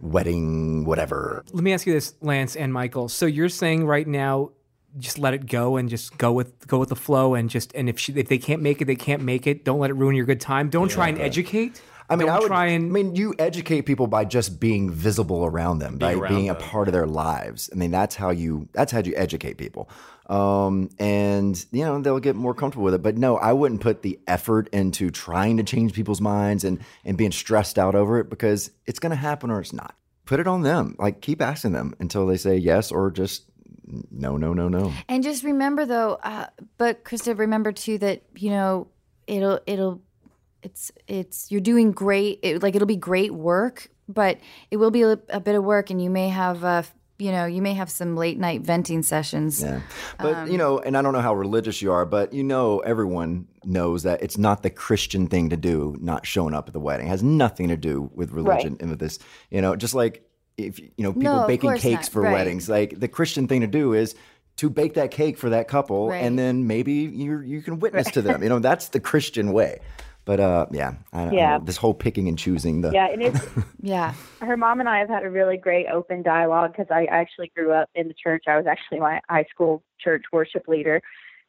B: wedding, whatever.
D: Let me ask you this, Lance and Michael. So you're saying right now, just let it go and just go with go with the flow and just and if she, if they can't make it, they can't make it. Don't let it ruin your good time. Don't try and educate.
B: I mean,
D: Don't
B: I would,
D: try and
B: I mean, you educate people by just being visible around them, by
C: around
B: being a
C: them.
B: part of their lives. I mean, that's how you, that's how you educate people. Um, and you know, they'll get more comfortable with it, but no, I wouldn't put the effort into trying to change people's minds and, and being stressed out over it because it's going to happen or it's not. Put it on them. Like keep asking them until they say yes or just no, no, no, no.
A: And just remember though, uh, but Krista, remember too that you know it'll it'll it's it's you're doing great. It, like it'll be great work, but it will be a, a bit of work, and you may have uh, you know you may have some late night venting sessions.
B: Yeah. But
A: Um,
B: you know, and I don't know how religious you are, but you know, everyone knows that it's not the Christian thing to do, not showing up at the wedding. It has nothing to do with religion and with this, you know, just like if you know, people
A: No, of
B: baking
A: course
B: cakes
A: not.
B: for
A: Right.
B: weddings, like the Christian thing to do is to bake that cake for that couple
A: Right.
B: and then maybe you you can witness to them. You know, that's the Christian way. But uh yeah, I don't
F: Yeah.
B: know. This whole picking and choosing the
F: Yeah, and it's.
A: Yeah.
F: her mom and I have had a really great open dialogue because I actually grew up in the church. I was actually my high school church worship leader,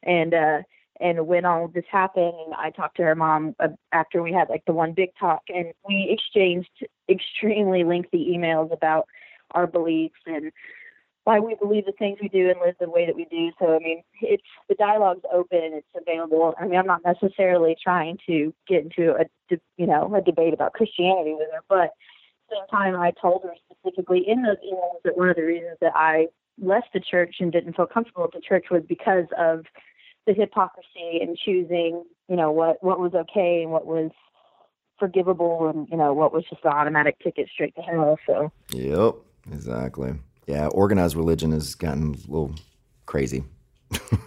F: and uh, and when all this happened, and I talked to her mom uh, after we had like the one big talk, and we exchanged extremely lengthy emails about our beliefs and why we believe the things we do and live the way that we do. So I mean, it's the dialogue's open and it's available. I mean, I'm not necessarily trying to get into a de- you know a debate about Christianity with her, but same time, I told her specifically in those emails that one of the reasons that I left the church and didn't feel comfortable at the church was because of the hypocrisy and choosing, you know, what what was okay and what was forgivable and, you know, what was just an automatic ticket straight to hell. So,
B: Yep, exactly. Yeah, organized religion has gotten a little crazy.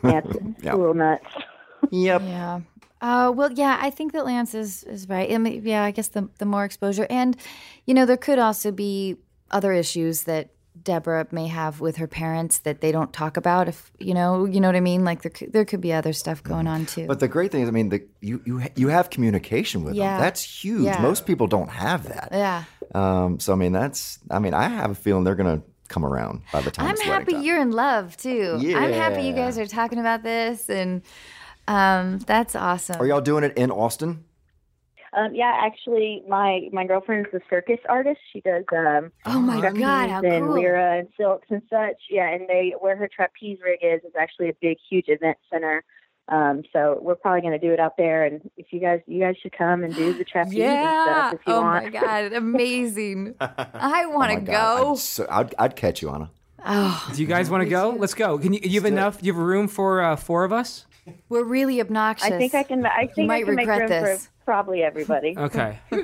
F: yeah, it's, it's
B: Yeah.
F: a little nuts.
B: Yep.
A: Yeah. Uh, well, yeah, I think that Lance is, is right. I mean, yeah, I guess the, the more exposure. And, you know, there could also be other issues that Deborah may have with her parents that they don't talk about if, you know, you know what I mean? Like there, could- there could be other stuff going on too.
B: Mm-hmm. But the great thing is, I mean, the, you you ha- you have communication with
A: Yeah.
B: them. That's huge.
A: Yeah. Uh,
B: Most people don't have that.
A: yeah.
B: Um, so I mean, that's I mean, I have a feeling they're gonna come around by the time.
A: I'm
B: it's wedding
A: happy
B: time.
A: you're in love too. I'm happy you guys are talking about this and um, that's awesome.
B: Are y'all doing it in Austin?
F: Um, yeah, actually, my my girlfriend's a circus artist. She does um,
A: oh my
F: trapeze
A: God, how
F: and uh,
A: cool.
F: lira and silks and such. Yeah, and they where her trapeze rig is is actually a big, huge event center. Um, so we're probably going to do it out there. And if you guys, you guys should come and do the trapeze and
A: yeah.
F: stuff if you
A: Oh
F: want.
A: my God. Amazing. I want
B: Oh
A: to
B: my God,
A: go.
B: I'd, so, I'd, I'd catch you, Anna.
A: Oh,
D: Do you guys want to go? Let's go. Can you, you have enough? Do you have room for uh, four of us?
A: we're really obnoxious.
F: I think I can. I think
A: might
F: I can make
A: regret
F: room
A: this.
F: for probably everybody.
D: Okay.
F: I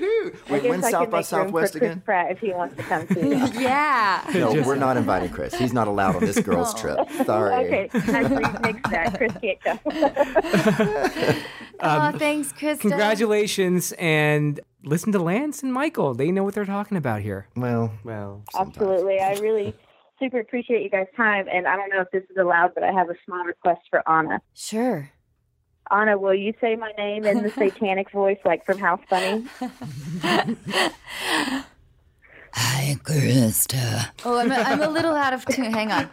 B: Wait,
F: guess
B: when's South
F: I can
B: by
F: make room
B: Southwest
F: for Chris
B: again?
F: Pratt if he wants to come too.
A: Yeah.
B: No, we're not inviting Chris. He's not allowed on this girl's trip. Sorry.
F: okay, actually mix that. Chris can't come.
A: oh, thanks, Krista.
D: Congratulations and listen to Lance and Michael. They know what they're talking about here.
B: Well,
C: Well,
F: Absolutely. I really super appreciate you guys' time. And I don't know if this is allowed, but I have a small request for Anna.
A: Sure.
F: Anna, will you say my name in the satanic voice, like from House Bunny?
A: Hi, Krista. Oh, I'm a, I'm a little out of tune. Hang on.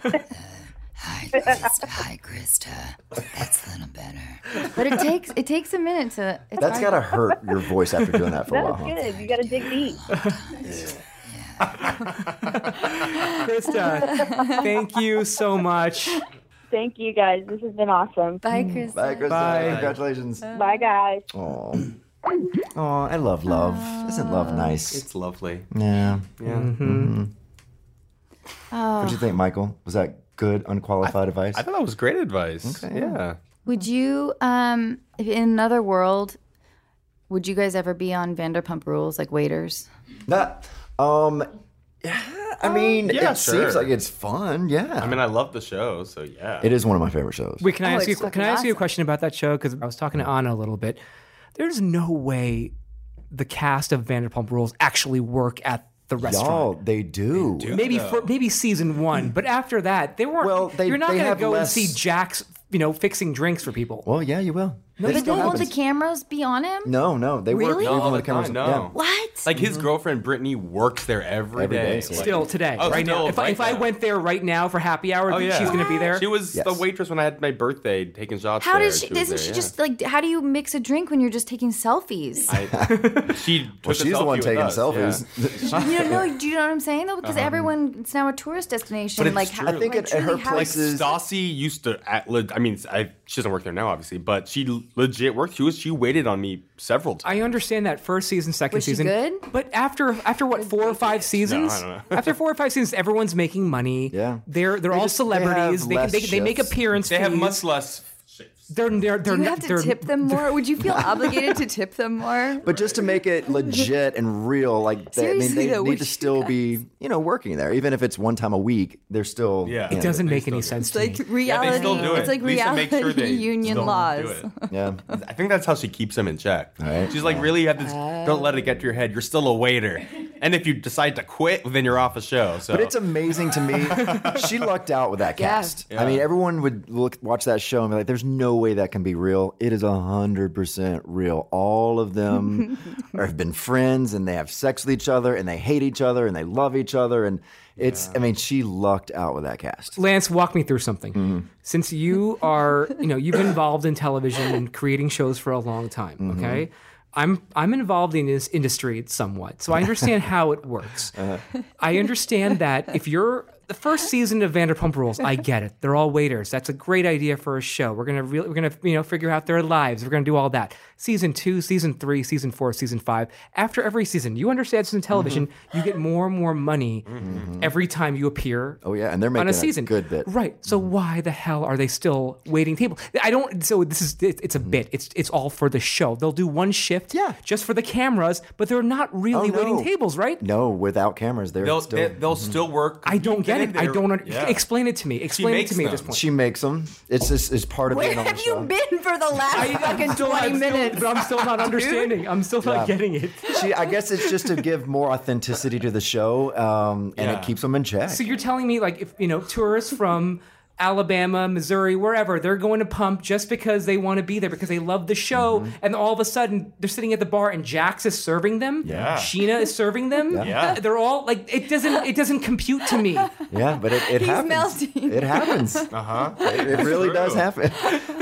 A: Hi, Krista. Hi, Krista. That's a little better. But it takes it takes a minute to. It's
B: that's
A: hard.
B: gotta hurt your voice after doing that for a while.
F: That's
B: huh?
F: good. You got to dig deep.
D: Krista, thank you so much.
F: Thank you guys. This has been awesome.
A: Bye, Krista.
B: Bye, Chris.
D: Bye.
B: Congratulations.
F: Bye, guys.
B: Oh, oh, I love love. Isn't love nice?
C: it's lovely.
B: yeah. Mm-hmm.
A: Oh,
B: What do you think, Michael? Was that good, unqualified advice?
C: I thought that was great advice. Yeah.
A: would you um if in another world? Would you guys ever be on Vanderpump Rules like waiters?
B: Nah, um, yeah, I mean,
C: yeah,
B: it
C: sure.
B: seems like it's fun. Yeah.
C: I mean, I love the show, so yeah.
B: it is one of my favorite shows.
D: Wait, can I
A: Oh,
D: ask you?
A: it's
D: Can
A: fucking
D: I ask you a
A: awesome.
D: question about that show? Because I was talking to Anna a little bit. There's no way the cast of Vanderpump Rules actually work at the
B: Y'all,
D: restaurant.
B: they do.
D: maybe for, maybe season one, but after that, they weren't.
B: Well, they-
D: you're not
B: they
D: going
B: have
D: to go
B: less-
D: and see Jack's, you know, fixing drinks for people.
B: Well, yeah, you will. It
A: But
B: still
A: then will the
B: happens.
A: cameras be on him?
B: No, no, they
A: Really?
B: work
A: No,
B: even
C: all
B: when
C: the
B: the cameras.
C: time, no.
B: yeah.
A: What?
C: Like his girlfriend Brittany works there
B: Every day,
C: day.
B: so
C: like-
D: Still today,
C: Oh,
D: right now.
C: still
D: If, I
C: right
D: if I
C: now.
D: went there right now for happy hour,
C: Oh, yeah.
D: she's going to be there.
C: She was the
B: Yes.
C: waitress when I had my birthday, taking shots.
A: How
C: there.
A: does she?
C: was
A: Isn't
C: there,
A: she
C: yeah.
A: just like? How do you mix a drink when you're just taking selfies?
C: I, she took
B: Well,
C: a
B: she's the one
C: selfie with
B: taking
C: us,
B: selfies.
C: yeah.
A: you don't know. Do you know what I'm saying though? Because everyone, it's now a tourist destination.
C: Uh-huh. But it's
A: like,
C: true.
A: How,
C: I think
A: like,
B: at- at her
A: truly how-
C: Like
B: place- Places-
C: Stassi used to, at, le- I mean, I, she doesn't work there now, obviously, but she l- legit worked. She was she waited on me several times.
D: I understand that first season, second
A: Was she
D: season,
A: good?
D: But after after what four or five seasons?
C: don't know.
D: after four or five seasons, everyone's making money.
B: Yeah.
D: they're they're all
B: just- they have
D: celebrities. They, can-
B: less
D: they, they make
B: shifts.
D: appearance.
C: they have
D: fees.
C: much less shifts.
D: They're they're
A: Do
D: they're
A: you have to
D: they're-
A: tip them more? Would you feel obligated to tip them more?
B: But just to make it legit and real, like they, I mean,
A: Seriously,
B: they
A: though, we
B: need to
A: should-
B: still be, you know, working there, even if it's one time a week. They're still,
C: Yeah.
B: you
C: It
B: know,
D: doesn't make any sense
A: It's
D: to
A: like
D: me.
A: reality.
C: Yeah, they still do it.
A: It's like
C: Lisa
A: reality
C: makes sure they
A: union
C: still do
A: laws.
C: it.
B: Yeah,
C: I think that's how she keeps him in check.
B: Right.
C: She's like, really, you have this,
D: Uh.
C: don't let it get to your head. You're still a waiter. And if you decide to quit, then you're off a show. So
B: But it's amazing to me. she lucked out with that
A: Yeah.
B: cast. I mean, everyone would look watch that show and be like, "There's no way that can be real." It is hundred percent real. All of them are- have been friends, and they have sex with each other, and they hate each other, and they love each other, and it's. I mean, she lucked out with that cast.
D: Lance, walk me through something.
B: Mm-hmm.
D: Since you are, you know, you've been involved in television and creating shows for a long time,
B: Mm-hmm.
D: okay? I'm I'm involved in this
B: Uh-huh.
D: industry somewhat. So I understand how it works. I understand that if you're the first season of Vanderpump Rules, I get it. They're all waiters. That's a great idea for a show. We're gonna really, we're gonna you know figure out their lives. We're gonna do all that. Season two, season three, season four, season five. After every season, you understand this in television,
B: Mm-hmm.
D: you get more and more money every time you appear.
B: Oh yeah, and they're making
D: on a season.
B: good bit. Mm-hmm.
D: Right. So why the hell are they still waiting table? I don't. So this is it- it's a bit. It's it's all for the show. They'll do one shift.
B: Mm-hmm. Yeah.
D: Just for the cameras, but they're not really
B: Oh, no.
D: waiting tables, right?
B: No, without cameras, they're
G: They'll
B: still. mm-hmm.
G: they, they'll still work.
D: I don't get it. I
G: They're-
D: don't. Un-
G: yeah.
D: Explain it to me. Explain it
G: makes
D: to me at this
G: them.
D: point.
B: she makes them. It's just it's part of
A: Where
B: being on the
A: have you
B: show.
A: been for the last fucking
D: I'm still-
A: 20
D: I'm still-
A: minutes?
D: but I'm still not understanding. I'm still not getting it.
B: She, I guess it's just to give more authenticity to the show, um, and
G: Yeah.
B: it keeps them in check.
D: So you're telling me, like, if you know, tourists from Alabama, Missouri, wherever, they're going to pump just because they want to be there because they love the show, and all of a sudden they're sitting at the bar and Jax is serving them,
G: Yeah.
D: Sheena is serving them,
G: Yeah.
D: they're all like, it doesn't, it doesn't compute to me.
B: yeah, but it, it
A: He's
B: happens.
A: melting.
B: It happens. Uh
D: Uh-huh.
B: huh. It, it really
G: true.
B: does happen.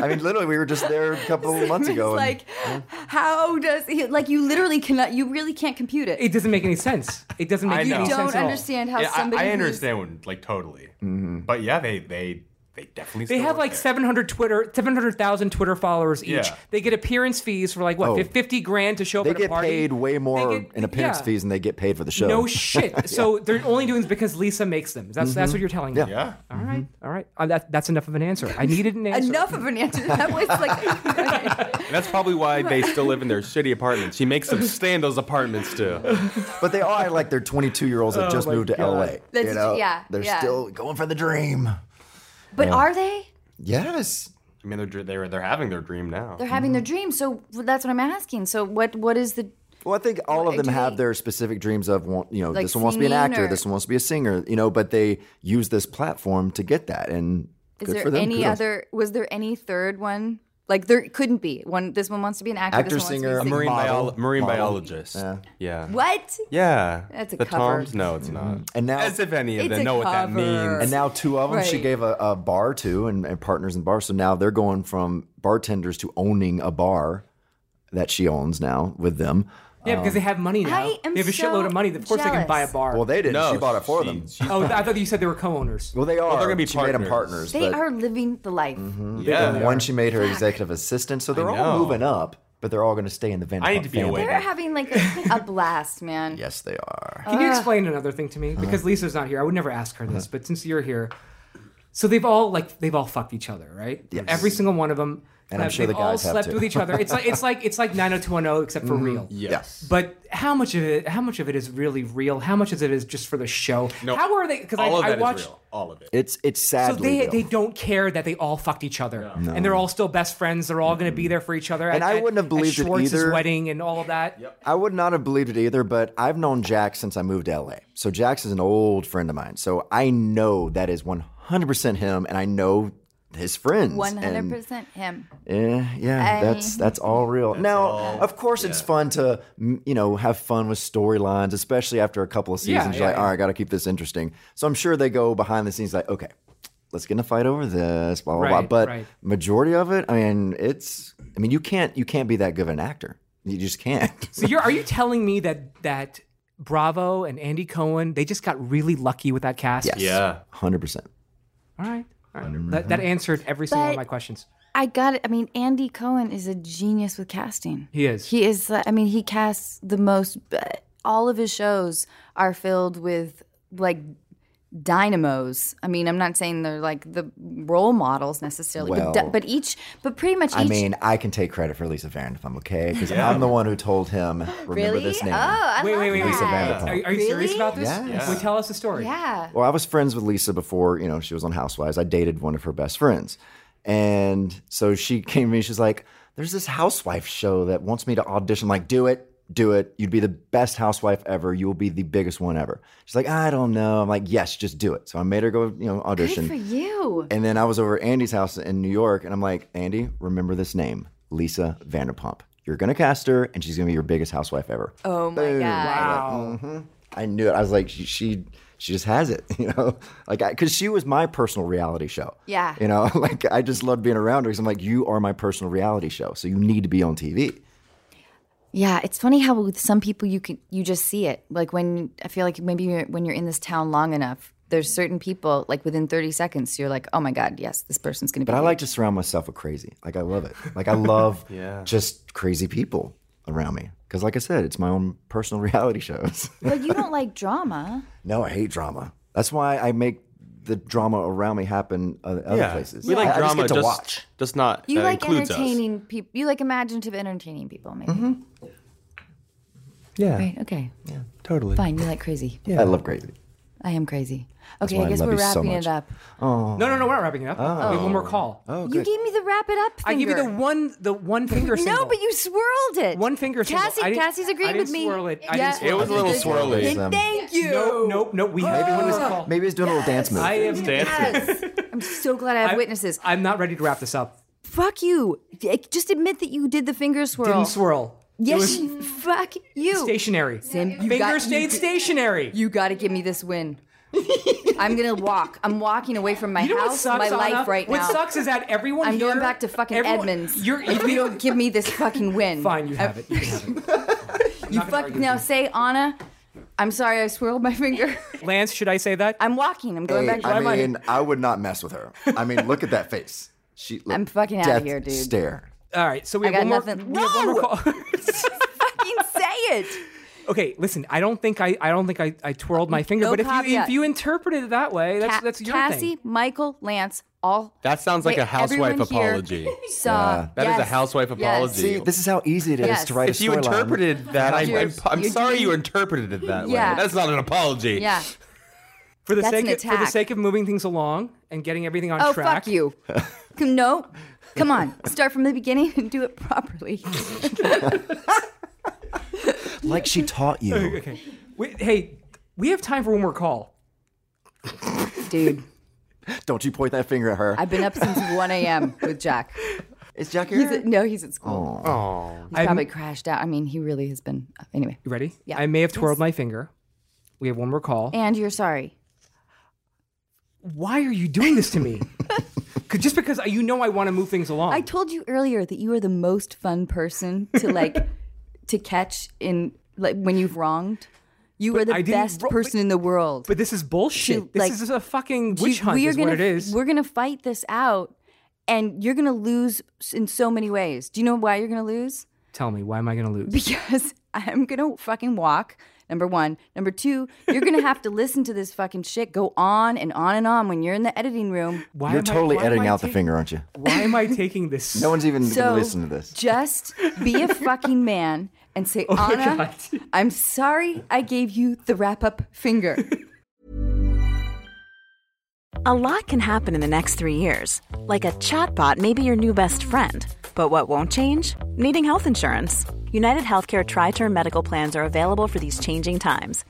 B: I mean, literally, we were just there a couple of months ago.
A: It's
B: and-
A: like, how does he, like you literally cannot, you really can't compute it.
D: It doesn't make any sense. It doesn't make
G: I
D: any
G: know.
D: sense
A: don't
D: at all.
A: understand how
G: Yeah, I-
A: somebody.
G: I,
A: who's-
G: understand when, like totally.
B: Mm-hmm.
G: But yeah, they they they definitely
D: They
G: still
D: have
G: work
D: like
G: there.
D: 700 Twitter, 700,000 Twitter followers each.
G: Yeah.
D: They get appearance fees for like what,
B: Oh.
D: 50 grand to show up
B: they
D: at a
B: get
D: party.
B: paid way more
D: They get-
B: in appearance
D: yeah.
B: fees than they get paid for the show.
D: No shit. So they're only doing this because Lisa makes them. That's that's what you're telling me.
G: Yeah.
D: All right. All right. Uh, that, that's enough of an answer. I needed an answer.
A: Mm-hmm. Enough of an answer. That was like,
C: And that's probably why they still live in their shitty apartments. She makes them stay in those apartments too.
B: But they are like they're 22 year olds that just
D: Oh my
B: moved to
D: God.
B: LA.
A: That's-
B: you know?
A: yeah,
B: They're
A: yeah.
B: still going for the dream.
A: but are they?
B: Yes.
C: I mean, they're dr- they're they're having their dream now.
A: They're having
C: Mm-hmm.
A: their dreams. So that's what I'm asking. So what? What is the?
B: Well, I think all of
A: Do
B: them have
A: they-
B: their specific dreams of, want- you know,
A: Like
B: this one wants to be an
A: singing
B: actor,
A: or-
B: this one wants to be a singer, you know, but they use this platform to get that. And
A: Is
B: good for
A: there
B: them.
A: any
B: Kudos.
A: other? Was there any third one? Like there couldn't be one. This one wants to be an actor.
B: Actor,
A: this one
B: singer,
A: wants to be
C: marine
B: Model.
C: bio- marine
B: Model.
C: biologist. Yeah. Yeah.
A: What? That's a
C: the
A: cover.
C: Toms? No, it's not.
B: Mm-hmm. And now-
C: as if any of
A: It's
C: them
A: a
C: know what that
A: cover.
C: means.
B: And now two of them she
A: Right.
B: gave a, a bar to and, and partners in bars. So now they're going from bartenders to owning a bar that she owns now with them.
D: yeah, because they have money now.
A: I am
D: they have a
A: so
D: shitload of money. Of course, they can buy a
A: jealous.
D: bar.
B: Well, they didn't.
C: No,
B: she bought it for
G: she-
B: them. Mm-hmm.
G: she-
D: oh, I thought you said they were co-owners.
B: well, they are.
C: they're gonna be
B: she made 'em partners.
C: partners.
A: They
B: but- Mm-hmm.
A: are living the life.
C: yeah.
B: And one, she made her executive assistant. So they're all
C: know.
B: moving up, but they're all going to stay in the Vanderpump
C: I need to be
B: family.
C: awake.
A: They're having like a, a blast, man.
B: Yes, they are.
D: Can you explain another thing to me?
B: Uh-huh.
D: Because Lisa's not here. I would never ask her this, but since you're here, so they've all like they've all fucked each other, right? Yes. Every single one of them.
B: And I'm
D: have-
B: sure the
D: they've all
B: guys have
D: slept
B: too. Mm-hmm.
D: with each other. It's like it's like it's like 90210 except for real.
B: Yes.
D: But how much of it? How much of it is really real? How much of it is just for the show?
G: No,
D: how are they? Because I,
G: all of
D: I
G: that is
D: watched.
G: real. All of it.
B: It's it's
D: So
B: sadly
D: they
B: real.
D: they don't care that they all fucked each other, and they're all still best friends. They're all going to be there for each other.
B: And I wouldn't have believed
D: at
B: it
D: Schwartz's
B: either.
D: wedding and all of that.
B: I would not have believed it either, but I've known Jack since I moved to LA. So Jack's is an old friend of mine. So I know that is 100% him, and I know his friends.
A: One
B: and-
A: hundred percent him.
B: Yeah, yeah, that's that's all real. now, of course, it's fun to mm, you know have fun with storylines, especially after a couple of
D: Yeah,
B: seasons. You're
D: yeah,
B: like,
D: yeah.
B: all right, got to keep this interesting. So I'm sure they go behind the scenes, like, okay, let's get in a fight over this, blah blah blah.
D: Right,
B: But
D: right.
B: majority of it, I mean, it's, I mean, you can't you can't be that good of an actor. You just can't.
D: So you're are you telling me that that Bravo and Andy Cohen they just got really lucky with that cast?
B: Yes.
C: Yeah.
B: hundred percent.
D: All right. All right. That, that answered every single one of
A: But-
D: my questions.
A: I got it. I mean, Andy Cohen is a genius with casting.
D: He is.
A: He is. uh, I mean, he casts the most. uh, All of his shows are filled with like dynamos. I mean, I'm not saying they're like the role models necessarily, but,
B: Well,
A: di- but each, but pretty much. Each,
B: I mean, I can take credit for Lisa Vanderpump, okay? Because I'm the one who told him remember
A: really?
B: this name.
A: Oh, I
D: wait,
A: love
D: wait, wait, wait.
A: that.
B: Vanderpump.
D: Are, are you serious
A: Really?
D: about this?
B: Yes.
D: Wait, tell us the story.
A: Yeah.
B: Well, I was friends with Lisa before, you know, she was on Housewives. I dated one of her best friends. And so she came to me, she's like, There's this housewife show that wants me to audition. I'm like, do it, do it. You'd be the best housewife ever. You will be the biggest one ever. She's like, I don't know. I'm like, yes, just do it. So I made her go, you know, audition.
A: Good for you.
B: And then I was over at Andy's house in New York, and I'm like, Andy, remember this name, Lisa Vanderpump. You're gonna cast her, and she's gonna be your biggest housewife ever.
A: Oh my
B: Boom.
A: god.
B: "Mm-hmm." I knew it. I was like, she, she, she just has it, you know, like because she was my personal reality show.
A: Yeah.
B: you know, like I just loved being around her because I'm like, you are my personal reality show, so you need to be on TV.
A: Yeah, it's funny how with some people you can you just see it. Like when I feel like maybe you're, when you're in this town long enough, there's certain people like within 30 seconds you're like, oh my god, yes, this person's gonna be.
B: But I
A: me."
B: like to surround myself with crazy. Like I love it. Like I love
C: Yeah.
B: just crazy people around me. Because like I said, it's my own personal reality shows.
A: But you don't like drama.
B: no, I hate drama. That's why I make the drama around me happen o- other
C: yeah.
B: places.
C: We like
B: I- I
C: drama,
B: just get to watch.
C: just not uh,
A: You
C: that
A: like
C: includes us.
A: entertaining people. You like imaginative entertaining people, maybe.
B: Mm-hmm.
C: Yeah,
A: Right. Okay.
C: totally.
A: Fine. You like crazy.
B: I love crazy.
A: I am crazy. Okay.
B: why
A: I
B: I
A: guess
B: love
A: we're
B: you so
A: wrapping
B: much.
A: it up.
D: No, no, no. We're not wrapping it up. We have one more call.
B: Oh,
A: You
B: good.
A: gave me the wrap it up. Finger.
D: I give you the one, the one finger
A: No,
D: symbol.
A: but you swirled it.
D: One finger symbol.
A: Cassie,
D: I didn't-
A: Cassie's agreeing
D: I didn't
A: with me.
D: swirl it. I didn't swirl
C: It was a little
A: Then-
C: swirly.
A: then thank you.
D: No, no, no. We have one more
A: Oh.
D: call.
B: Maybe it's doing a little dance move.
D: I am.
A: Yes. I'm so glad I have witnesses.
D: I'm not ready to wrap this up.
A: Fuck you. D- Just admit that you did the finger swirl.
D: Didn't swirl.
A: Yes. fuck you.
D: Stationary.
A: Sim, you
D: Finger
A: got-
D: stayed
A: you-
D: stationary.
A: You got to give me this win. I'm gonna walk. I'm walking away from my
D: You know what
A: house,
D: sucks?
A: my
D: Anna?
A: life right
D: what
A: now.
D: sucks is that everyone.
A: I'm
D: here,
A: going back to fucking
D: everyone-
A: Edmonds.
D: You're
A: if you don't give me this fucking win,
D: fine. You
A: I-
D: have it. You have
A: You fuck now. Say Anna. I'm sorry. I swirled my finger.
D: it. Lance, should I say that?
A: I'm walking. I'm going
B: Hey,
A: back to
B: I
A: my
B: mean, I would not mess with her. I mean, look at that face. She, look,
A: I'm fucking outta
B: death
A: here, dude.
B: Stare.
D: All right. So we
A: I got
D: have one more.
A: nothing.
D: We have one more
A: No!
D: call.
A: fucking say it.
D: okay. Listen, I don't think I. I don't think I. I twirled my finger.
A: no
D: but if you if
A: caveat.
D: you interpret it that way, that's
A: Ca-
D: that's your
A: Cassie,
D: thing.
A: Michael, Lance, all.
C: That sounds like
A: Wait,
C: a housewife
A: everyone here
C: apology.
A: Saw,
C: That is a
A: yes,
C: housewife
A: yes.
C: apology.
B: See, this is how easy it is
A: Yes.
B: to write a
C: if you
B: storyline.
C: interpreted that, I,
A: You're-
C: I'm, I'm
A: you're
C: sorry you
A: doing-
C: interpreted it that
A: Yeah.
C: way. That's not an apology.
A: Yeah.
D: For the
A: That's
D: sake
A: an
D: of, for the
A: attack.
D: sake of moving things along and getting everything on
A: Oh
D: track.
A: fuck you. Come- no. Come on. Start from the beginning and do it properly.
B: like she taught you.
D: We, hey, we have time for one more call.
A: Dude,
B: Don't you point that finger at her.
A: I've been up since 1 a.m. with Jack.
B: Is Jack
A: He's
B: here?
A: at, no, he's at school. He's
D: I'm-
A: probably crashed out. I mean, he really has been. Anyway.
D: You ready?
A: Yeah.
D: I may have twirled my finger. We have one more call.
A: And you're sorry.
D: Why are you doing this to me? 'Cause- just because I- you know I want to move things along.
A: I told you earlier that you are the most fun person to like to catch in like when you've wronged. You are the
D: I didn't
A: best
D: wro-
A: person in the world.
D: but this is bullshit.
A: To,
D: this
A: like,
D: is a fucking
A: You-
D: witch hunt.
A: we are
D: is
A: gonna,
D: what it is.
A: We're gonna fight this out, and you're gonna lose s- in so many ways. Do you know why you're gonna lose?
D: Tell me, why am I going to lose?
A: Because I'm gonna fucking walk. Number one. Number two, you're gonna have to listen to this fucking shit go on and on and on when you're in the editing room.
D: Why
B: You're
D: am I-
B: totally
D: why am
B: editing
D: I
B: out the
D: taking-
B: finger, aren't you?
D: Why am I taking this?
B: No one's even
A: So,
B: going to listen to this. Oh
A: Just be a fucking man and say,
D: my
A: Anna,
D: God.
A: I'm sorry I gave you the wrap up finger.
H: A lot can happen in the next three years. Like a chatbot may be your new best friend. But what won't change? Needing health insurance. United Healthcare Tri Term Medical Plans are available for these changing times.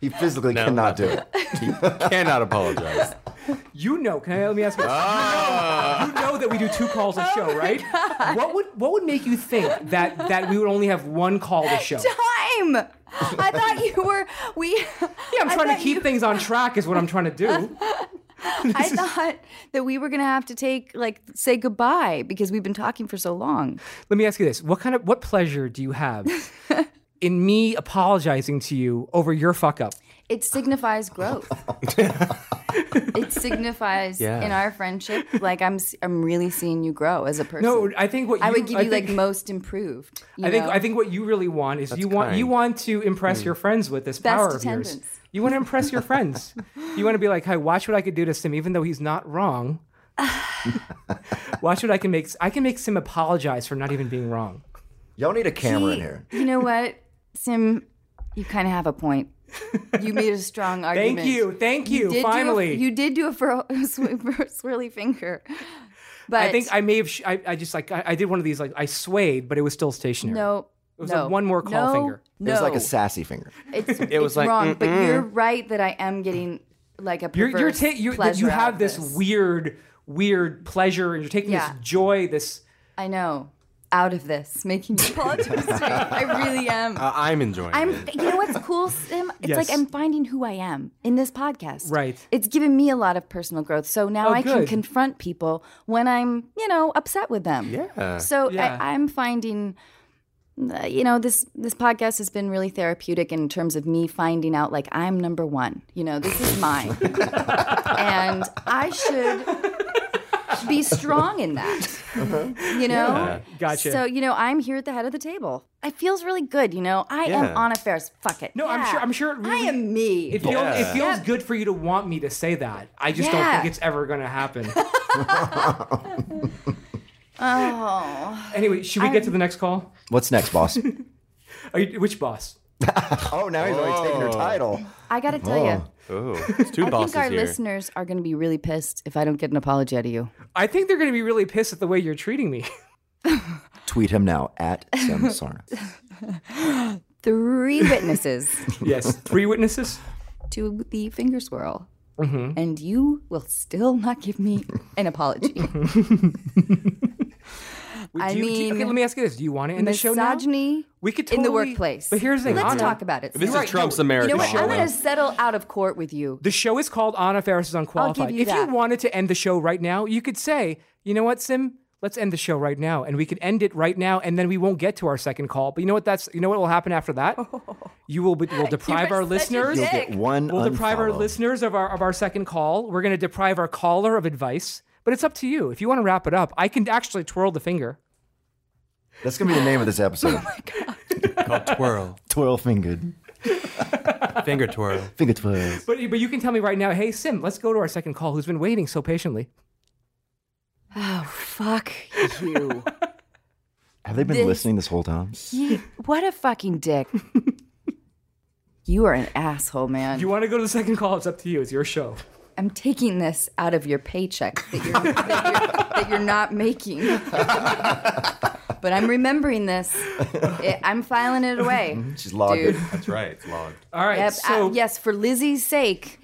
B: He physically
C: No.
B: cannot do it.
C: Cannot apologize. Uh,
D: You know, can I let me ask you?
B: Ah.
D: you know that we do two calls
A: Oh
D: a show, right? What would what would make you think that that we would only have one call a show?
A: Time! I thought you were. We. Yeah,
D: Yeah, I'm trying to keep things on track is what I'm trying to do.
A: I thought that we were going to have to take, like, say goodbye because we've been talking for so long.
D: Let me ask you this. What kind of what pleasure do you have in me apologizing to you over your fuck up?
A: It signifies growth. it signifies
D: Yeah.
A: in our friendship, like I'm, s- I'm really seeing you grow as a person.
D: No, I think what
A: I
D: you-
A: would give
D: I
A: you like
D: think-
A: most improved. you
D: I think
A: know?
D: I think what you really want is you want you
A: kind.
D: want to impress
A: Mm.
D: your friends with this
A: Best
D: power of yours.
A: attendance.
D: You want to impress your friends. You want to be like, "Hey, watch what I could do to Sim, even though he's not wrong. watch what I can make. I can make Sim apologize for not even being wrong."
B: Y'all need a camera
A: He- You know what, Sim? You kind of have a point. You made a strong argument.
D: you, thank you,
A: did do a-
D: finally.
A: you did do a fur- swi- swirly finger, but
D: I think I may have. Sh- I, I just like I, I did one of these. Like I swayed, but it was still stationary.
A: no.
D: It was
A: no,
D: like one more call
A: no,
D: finger.
A: No,
B: sassy finger.
A: It's,
D: It was
A: it's
D: like,
A: wrong, but
D: mm-mm.
A: you're right that I am getting like a
D: You're
A: perverse
D: you're ta- you that
A: pleasure
D: you
A: out
D: have
A: of
D: this, weird weird pleasure, and you're taking
A: Yeah.
D: this joy. This
A: I know. Out of this, making me apologize. to you. I really am.
C: Uh, I'm enjoying
A: I'm.
C: it.
A: You know what's cool, Sim? It's like
C: Yes.
A: I'm finding who I am in this podcast.
D: Right.
A: It's given me a lot of personal growth. So now
D: Oh,
A: I can
D: good.
A: confront people when I'm, you know, upset with them.
D: Yeah.
A: So
D: Yeah.
A: I, I'm finding. uh, You know this this podcast has been really therapeutic in terms of me finding out like I'm number one. You know this is mine, and I should be strong in that. You know,
D: Uh-huh. Yeah. Gotcha.
A: So you know I'm here at the head of the table. It feels really good. You know I
D: Yeah.
A: am on a fair as fuck it.
D: No, I'm
A: Yeah.
D: sure. I'm sure. It really,
A: I am me.
D: It feels,
A: Yeah.
D: it feels good for you to want me to say that. I just don't
A: Yeah.
D: think it's ever going to happen.
A: Oh.
D: anyway, should we get to
A: I'm-
D: the next call?
B: What's next, boss?
D: Are you, which boss?
B: oh, now he's already taking her title.
A: I gotta tell you,
C: Oh, it's two
A: I
C: bosses
A: think our
C: here.
A: listeners are gonna be really pissed if I don't get an apology out of you.
D: I think they're going to be really pissed at the way you're treating me.
B: Tweet him now at Sam Sarna.
A: Three witnesses
D: yes, three witnesses.
A: to the finger swirl,
D: Mhm.
A: and you will still not give me an apology.
D: Would
A: I
D: you- do you-
A: mean,
D: okay, let me ask you this: Do you want to end the show now?
A: misogyny
D: We could
A: in the
D: totally-
A: workplace.
D: But here's the thing,
A: Let's
D: Anna.
A: talk about it.
D: This is
A: Sam.
D: Trump's
A: You
D: American
A: know what? I'm
D: show.
A: gonna settle out of court with you.
D: The show is called Anna Ferris is Unqualified.
A: you
D: if
A: that.
D: you wanted to end the show right now, you could say, you know what, Sim? Let's end the show right now. And we could end it right now, and then we won't get to our second call. But you know what that's you know what will happen after that? You will be, we'll deprive
A: Oh. are
D: our
A: such a
D: listeners.
A: You'll get dick.
B: one
D: We'll deprive our
B: unfollow.
D: listeners of our of our second call. We're gonna deprive our caller of advice. But it's up to you. If you want to wrap it up, I can actually twirl the finger.
B: That's gonna be the name of this episode.
C: Called twirl,
B: twirl fingered,
C: finger twirl.
B: finger twirl.
D: But but you can tell me right now, hey Sim, let's go to our second call who's been waiting so patiently.
A: Oh fuck you!
B: Have they been
A: This-
B: listening this whole time?
A: He, what a fucking dick! you are an asshole, man.
D: If you want to go to the second call, it's up to you. It's your show.
A: I'm taking this out of your paycheck that you're, that you're, that you're not making. but I'm remembering this. I- I'm filing it away.
B: She's logged
A: Dude.
B: it.
G: That's right. It's logged.
D: All right.
A: Yep,
D: Mm-hmm. so
A: uh, yes, for Lizzie's sake.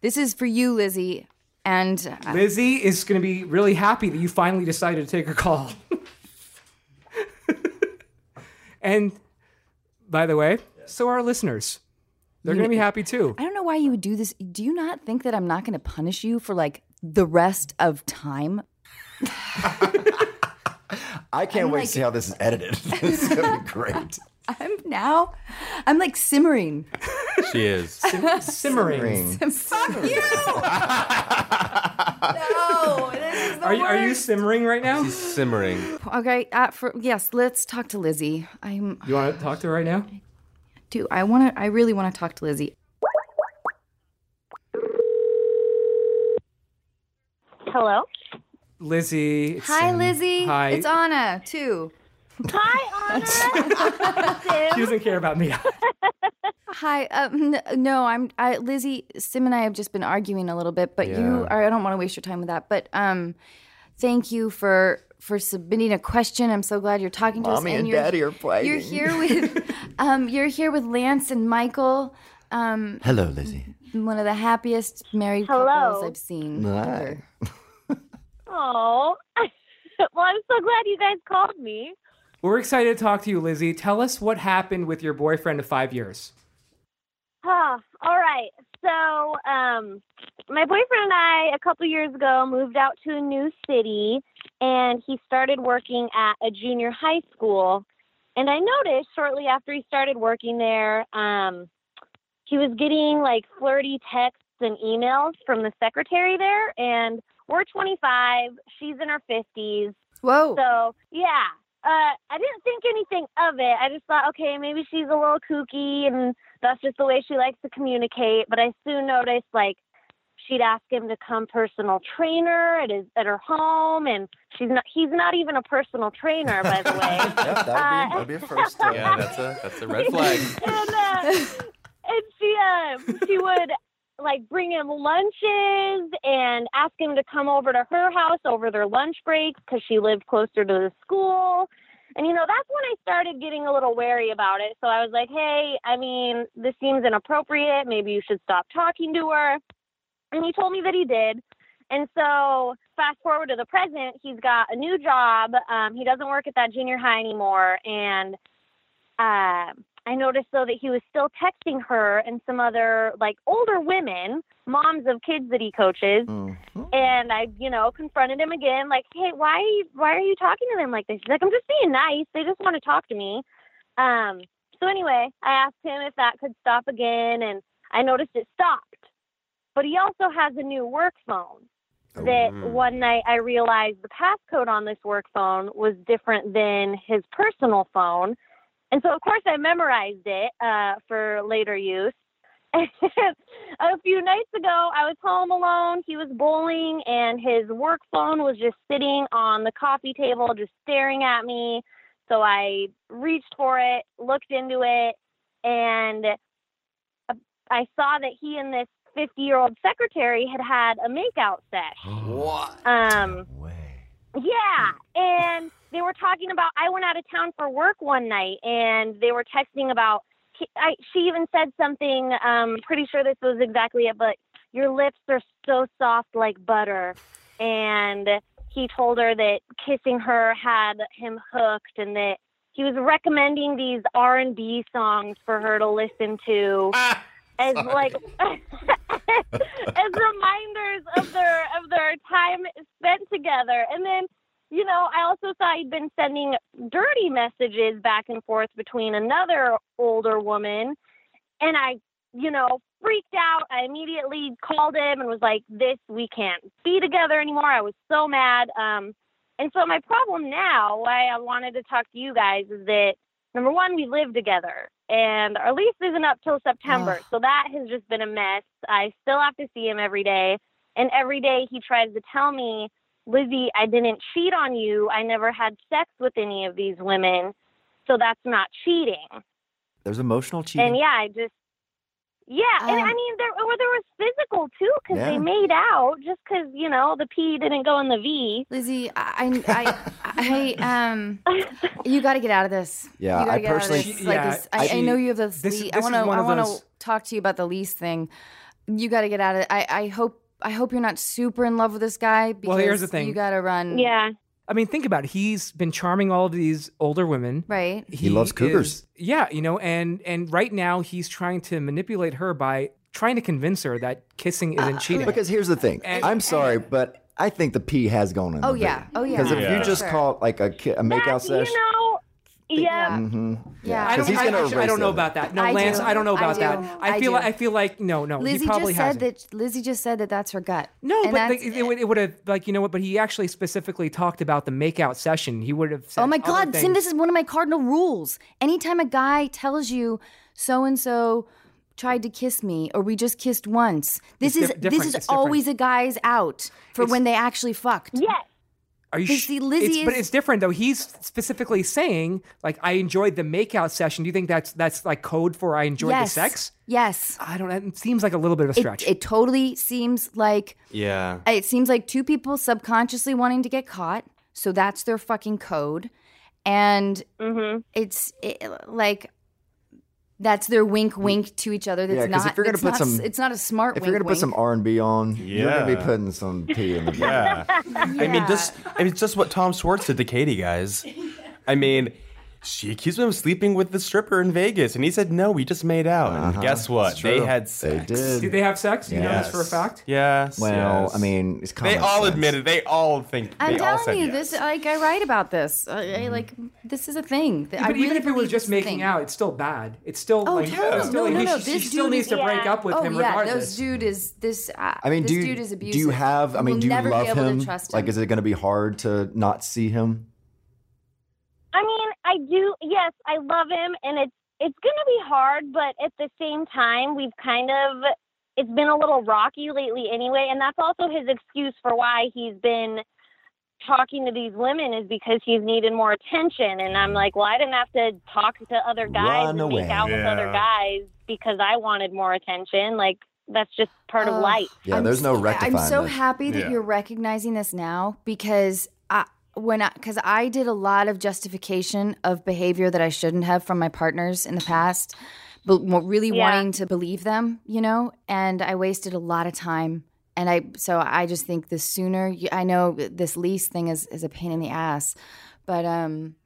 A: This is for you, Lizzie. And uh,
D: Lizzie is going to be really happy that you finally decided to take her call. and by the way, so are our listeners. They're
A: You-
D: going to be happy too.
A: I don't know why you would do this. Do you not think that I'm not going to punish you for like the rest of time?
B: I can't
A: I'm
B: wait
A: like-
B: to see how this is edited. this is gonna be great.
A: I'm now, I'm like simmering.
C: She is.
D: Sim- simmering.
A: Fuck you! no, this is the
D: Are you, are you
A: worst.
D: simmering right now?
C: Simmering.
A: Okay, uh, for yes, let's talk to Lizzie. I'm
D: You want to talk to her right now?
A: do I want to I really want to talk to Lizzie.
I: Hello.
D: Lizzie. it's
A: Hi
D: Sim.
A: Lizzie.
D: Hi.
A: It's Anna too. Hi
D: she doesn't care about me.
A: Hi. Um, n- no, I'm I, Lizzie. Sim and I have just been arguing a little bit, but you
D: Yeah.
A: are. I don't want to waste your time with that. But um, thank you for for submitting a question. I'm so glad you're talking to us.
B: Mommy and
A: you're,
B: Daddy are
A: You're
B: fighting.
A: here with um, you're here with Lance and Michael. Um,
B: Hello, Lizzie.
A: one of the happiest married couples I've seen.
B: Hi.
I: Oh. well, I'm so glad you guys called me.
D: We're excited to talk to you, Lizzie. Tell us what happened with your boyfriend of five years.
I: Huh. All right. So, um, my boyfriend and I, a couple years ago, moved out to a new city, and he started working at a junior high school. And I noticed shortly after he started working there, um, she was getting like flirty texts and emails from the secretary there, and we're 25. She's in her 50s.
A: Whoa.
I: So yeah, uh, I didn't think anything of it. I just thought, okay, maybe she's a little kooky, and that's just the way she likes to communicate. But I soon noticed like she'd ask him to come personal trainer at his at her home, and she's not. He's not even a personal trainer, by the way. Uh,
J: Yep, that would be, that'd be a first.
B: uh,
C: yeah, that's a that's a red flag.
I: and uh, and she um she would like bring him lunches and ask him to come over to her house over their lunch breaks because she lived closer to the school. And you know that's when I started getting a little wary about it. So I was like, "Hey, I mean, this seems inappropriate. Maybe you should stop talking to her." And he told me that he did. And so, fast forward to the present, he's got a new job. Um, he doesn't work at that junior high anymore. And uh, I noticed, though, that he was still texting her and some other, like, older women, moms of kids that he coaches. And I, you know, confronted him again, like, hey, why, why are you talking to them like this? He's like, I'm just being nice. They just want to talk to me. Um, so, anyway, I asked him if that could stop again. And I noticed it stopped but he also has a new work phone that one night I realized the passcode on this work phone was different than his personal phone. And so, of course, I memorized it uh, for later use. a few nights ago, I was home alone. He was bowling, and his work phone was just sitting on the coffee table, just staring at me. So I reached for it, looked into it, and uh, I saw that he and this 50 year old secretary had had a makeout sesh.
J: What?
I: Um, Yeah, and they were talking about I went out of town for work one night, and they were texting about. I, she even said something. Um, pretty sure this was exactly it, but your lips are so soft like butter, and he told her that kissing her had him hooked, and that he was recommending these R and B songs for her to listen to. As like as reminders of their of their time spent together. And then, you know, I also saw he'd been sending dirty messages back and forth between another older woman, and I, you know, freaked out. I immediately called him and was like, "This we can't be together anymore." I was so mad. Um, and so my problem now, why I wanted to talk to you guys, is that number one, we live together and our lease isn't up till September. So that has just been a mess. I still have to see him every day. And every day he tries to tell me, Lizzie, I didn't cheat on you. I never had sex with any of these women. So that's not cheating.
B: There's emotional cheating. Um,
I: And yeah, I just, yeah. and I mean, there, or there was physical too, because
B: Yeah.
I: they made out just because, you know, the P didn't go in the V.
A: Lizzie, I, I, I, I um, you got to get out of this.
B: Yeah,
A: you gotta
B: I
A: get out of
B: personally-
A: this,
B: She-
A: like
B: yeah,
A: this. I, I
B: she-
A: know you have this.
B: this-
A: lea- I
B: this
A: want to.
B: is one
A: I
B: of
A: want
B: those-
A: to talk to you about the lease thing. You got to get out of. I, I hope. I hope you're not super in love with this guy. Because
D: Well, here's the thing.
A: You got to
B: Mm.
A: run.
D: I mean, think about it. He's been charming all of these older women.
A: Right.
B: He loves cougars.
D: is- yeah, you know, and and right now he's trying to manipulate her by trying to convince her that kissing
A: Uh,
D: isn't cheating.
B: Because here's the thing. I'm sorry, but I think the P has gone in.
A: Oh, yeah. Oh, yeah.
B: Because if
A: Yeah.
B: you just
A: Sure.
B: call it like a, ki- a makeout sesh,
I: You know, yeah.
B: hmm
A: Yeah.
D: I don't,
B: 'Cause he's
D: I,
B: gonna
D: actually, I
B: erase
D: don't know
B: it.
D: about that. No,
A: I
D: Lance,
A: do.
D: I don't know
A: I
D: about
A: do.
D: that. I,
A: I
D: feel
A: do.
D: like I feel like no, no.
A: Lizzie
D: he probably
A: just said
D: hasn't.
A: that. Lizzie just said that that's her gut.
D: No,
A: And
D: but like,
A: that's-
D: it, would, it would have like you know what? But he actually specifically talked about the makeout session. He would have. said
A: Oh my
D: other
A: God, Sim,
D: things.
A: this is one of my cardinal rules. Anytime a guy tells you so and so tried to kiss me or we just kissed once, this
D: It's
A: is this
D: dif- different,
A: is
D: it's different.
A: always a guy's out for when they actually fucked.
I: Yes.
D: Are you
A: But
D: sh-
A: see, Lizzie
D: it's- but
A: is-
D: it's different though. He's specifically saying like I enjoyed the makeout session. Do you think that's that's like code for I enjoyed
A: yes.
D: the sex?
A: Yes.
D: I don't know. It seems like a little bit of a stretch.
A: It, it totally seems like
C: Yeah.
A: it seems like two people subconsciously wanting to get caught, so that's their fucking code, and it's it, like that's their wink, wink to each other. That's
B: Yeah, 'cause
A: not.
B: if you're gonna
A: it's not,
B: put some-
A: it's not a smart.
B: if
A: wink,
B: you're gonna put
A: wink.
B: some R and B on, you're gonna be
C: Yeah.
B: putting some P in the
C: Yeah. I mean, just I mean, it's just what Tom Schwartz did to Katie, guys. I mean, She accused him of sleeping with the stripper in Vegas, and he said no. We just made out, and guess what?
B: Uh-huh. It's
C: They
B: true.
C: had sex.
B: did.
D: Did they have sex? You know this for a
C: Yes.
D: fact?
C: Yes.
B: Well,
C: yes.
B: I mean, it's
C: they
B: common
C: all
B: sense.
C: admitted. They all think.
A: I'm
C: they all said
A: telling you,
C: yes.
A: this uh, like I write about this. I, I
B: Mm-hmm.
A: like this is a thing.
D: Yeah, but even if it was just making out, it's still bad. It's still
A: Oh,
D: like
A: terrible.
D: it's still
A: no,
D: like,
A: no,
D: he-
A: no.
D: she,
A: This
D: she still
A: dude
D: needs to break up with
A: oh,
D: him
A: yeah,
D: regardless.
A: This dude is this. Uh,
B: I mean,
A: this
B: do you,
A: dude is abusive.
B: do you have? I mean,
A: We'll
B: do you
A: never be
B: love
A: able to
B: him?
A: trust
B: Like, is it going to be hard to not see him?
I: I mean, I do. Yes, I love him, and it's it's gonna be hard, but at the same time, we've kind of it's been a little rocky lately, anyway, and that's also his excuse for why he's been talking to these women is because he's needed more attention, and I'm like, well, I didn't have to talk to other guys
B: Run
I: and
B: away.
I: make out with
B: Yeah.
I: other guys because I wanted more attention. Like that's just part
A: Ugh.
I: of life.
B: Yeah, there's no rectifying.
A: I'm so
B: this.
A: happy that you're recognizing this now because I when I because I did a lot of justification of behavior that I shouldn't have from my partners in the past, but wa- really
I: Yeah.
A: wanting to believe them, you know, and I wasted a lot of time. And I so I just think the sooner you, I know this lease thing is is a pain in the ass, but um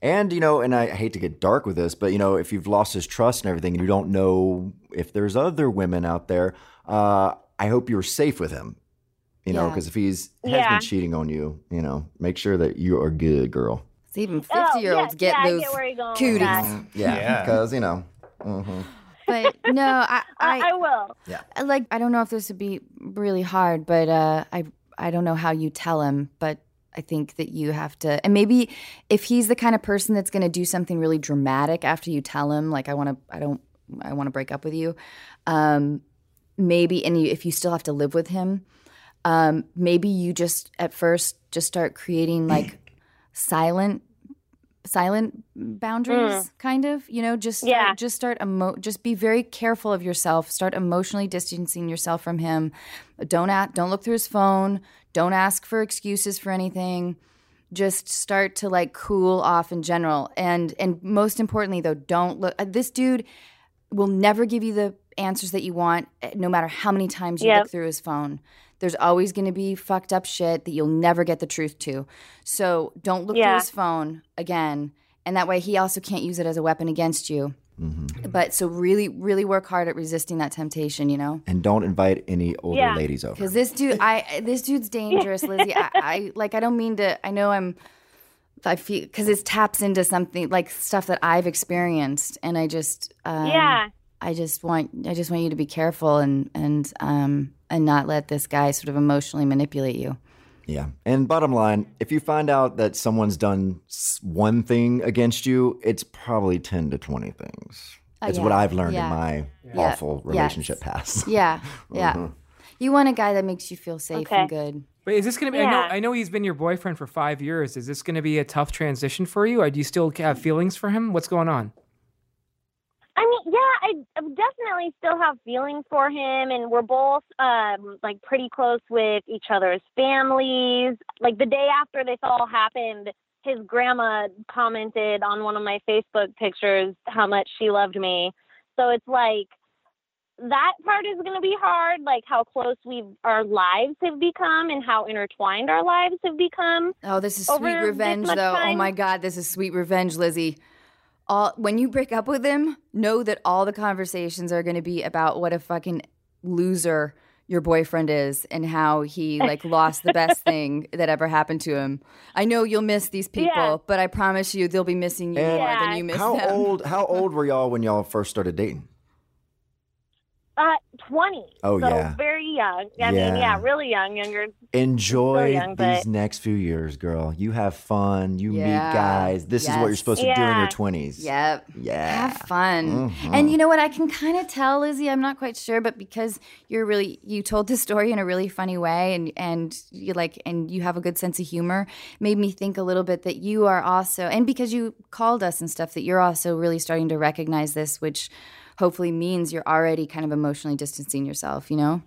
B: And you know, and I hate to get dark with this, but you know, if you've lost his trust and everything, and you don't know if there's other women out there, uh, I hope you're safe with him. You know,
A: Yeah.
B: because if he's has
A: Yeah.
B: been cheating on you, you know, make sure that you are good, girl.
A: it's even fifty
I: Oh,
A: year
I: yes,
A: olds get
I: yeah, I get
A: those
I: where you're going with
A: cooties.
I: that.
B: Mm, Yeah,
I: Yeah.
B: because you know. mhm.
A: but no, I, I,
I: I will.
B: Yeah.
A: uh, Like, I don't know if this would be really hard, but uh, I, I don't know how you tell him, but I think that you have to, and maybe if he's the kind of person that's going to do something really dramatic after you tell him, like, I want to, I don't, I want to break up with you, um, maybe, and you, if you still have to live with him, um, maybe you just at first just start creating like silent silent boundaries
I: Mm.
A: kind of you know just start, yeah. just start emo- just be very careful of yourself start emotionally distancing yourself from him don't ask, don't look through his phone don't ask for excuses for anything just start to like cool off in general and and most importantly though don't look uh, this dude will never give you the answers that you want uh, no matter how many times you
I: Yep.
A: look through his phone there's always going to be fucked up shit that you'll never get the truth to so don't look through
I: Yeah.
A: his phone again and that way he also can't use it as a weapon against you but so really really work hard at resisting that temptation you know
B: And don't invite any older
A: Yeah.
B: ladies over.
A: because this dude, I this dude's dangerous, Lizzie. I, I like. I don't mean to. I know I'm. I feel because it taps into something like stuff that I've experienced, and I just um,
I: Yeah.
A: I just want I just want you to be careful and and um and not let this guy sort of emotionally manipulate you.
B: Yeah. And bottom line, if you find out that someone's done s- one thing against you, it's probably 10 to 20 things.
A: Oh,
B: it's
A: yeah.
B: what I've learned
A: Yeah.
B: in my
A: Yeah.
B: awful
A: Yeah.
B: relationship past.
A: Yeah, yeah.
B: Mhm.
A: You want a guy that makes you feel safe and good.
D: But is this going to be? I,
A: Yeah.
D: know, I know he's been your boyfriend for five years. Is this going to be a tough transition for you? Or do you still have feelings for him? What's going on?
I: I mean, yeah, I I definitely still have feelings for him, and we're both um, like pretty close with each other's families. Like the day after this all happened, his grandma commented on one of my Facebook pictures how much she loved me. So it's like that part is going to be hard, like how close we our lives have become and how intertwined our lives have become.
A: Oh, this is
I: over
A: sweet
I: this
A: revenge,
I: much
A: though. Oh
I: time.
A: my God, this is sweet revenge, Lizzie. All when you break up with him, know that all the conversations are going to be about what a fucking loser your boyfriend is and how he like lost the best thing that ever happened to him. I know you'll miss these people, but I promise you, they'll be missing you
B: And
A: more than you miss
B: how
A: them.
B: old how old were y'all when y'all first started dating?
I: Uh, twenty.
B: Oh,
I: so
B: yeah.
I: very young. I mean,
B: Yeah.
I: yeah, really young, younger
B: Enjoy
I: young,
B: these
I: but-
B: next few years, girl. You have fun, you
A: Yeah.
B: meet guys. This is what you're
A: Yes.
B: supposed to do in
A: Yeah.
B: your 20s.
A: Yep.
B: Yeah.
A: Have fun.
B: Mhm.
A: And you know what? I can kind of tell, Lizzie. I'm not quite sure, but because you're really you told the story in a really funny way, and and you like and you have a good sense of humor, made me think a little bit that you are also, and because you called us and stuff, that you're also really starting to recognize this, which hopefully means you're already kind of emotionally distancing yourself. You know.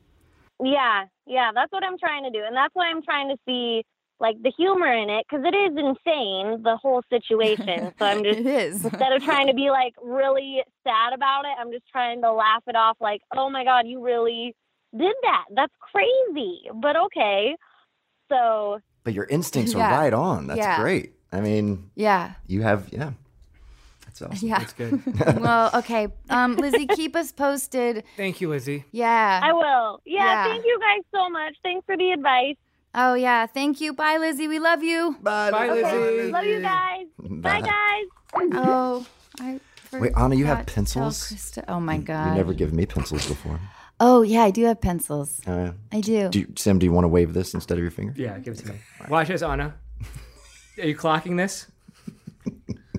I: Yeah, yeah, that's what I'm trying to do, and that's why I'm trying to see like the humor in it because it is insane the whole situation. So I'm just
A: It is.
I: instead of trying to be like really sad about it, I'm just trying to laugh it off. Like, oh my god, you really did that. That's crazy, but okay. So
B: But your instincts
I: Yeah.
B: are right on. That's
I: Yeah.
B: great. I mean,
A: Yeah.
B: you have yeah. That's awesome.
A: Yeah.
D: That's good.
A: well, okay. Um, Lizzie, keep us posted.
D: Thank you, Lizzie.
A: Yeah.
I: I will. Yeah, thank you guys so much. Thanks for the advice.
A: Oh, yeah. Thank you. Bye, Lizzie. We love you.
B: Bye,
I: Bye, Lizzie. Okay. Love you guys.
B: Bye.
I: guys.
A: Oh, I.
B: Wait, Anna, you have
A: forgot to tell
B: pencils?
A: Krista- Oh, my God.
B: You never give me pencils before.
A: Oh, yeah. I do have pencils.
B: Uh,
A: I do.
B: do you, Sam, do you want to wave this instead of your finger?
D: Yeah, give it to me. Watch this, Anna. Are you clocking this?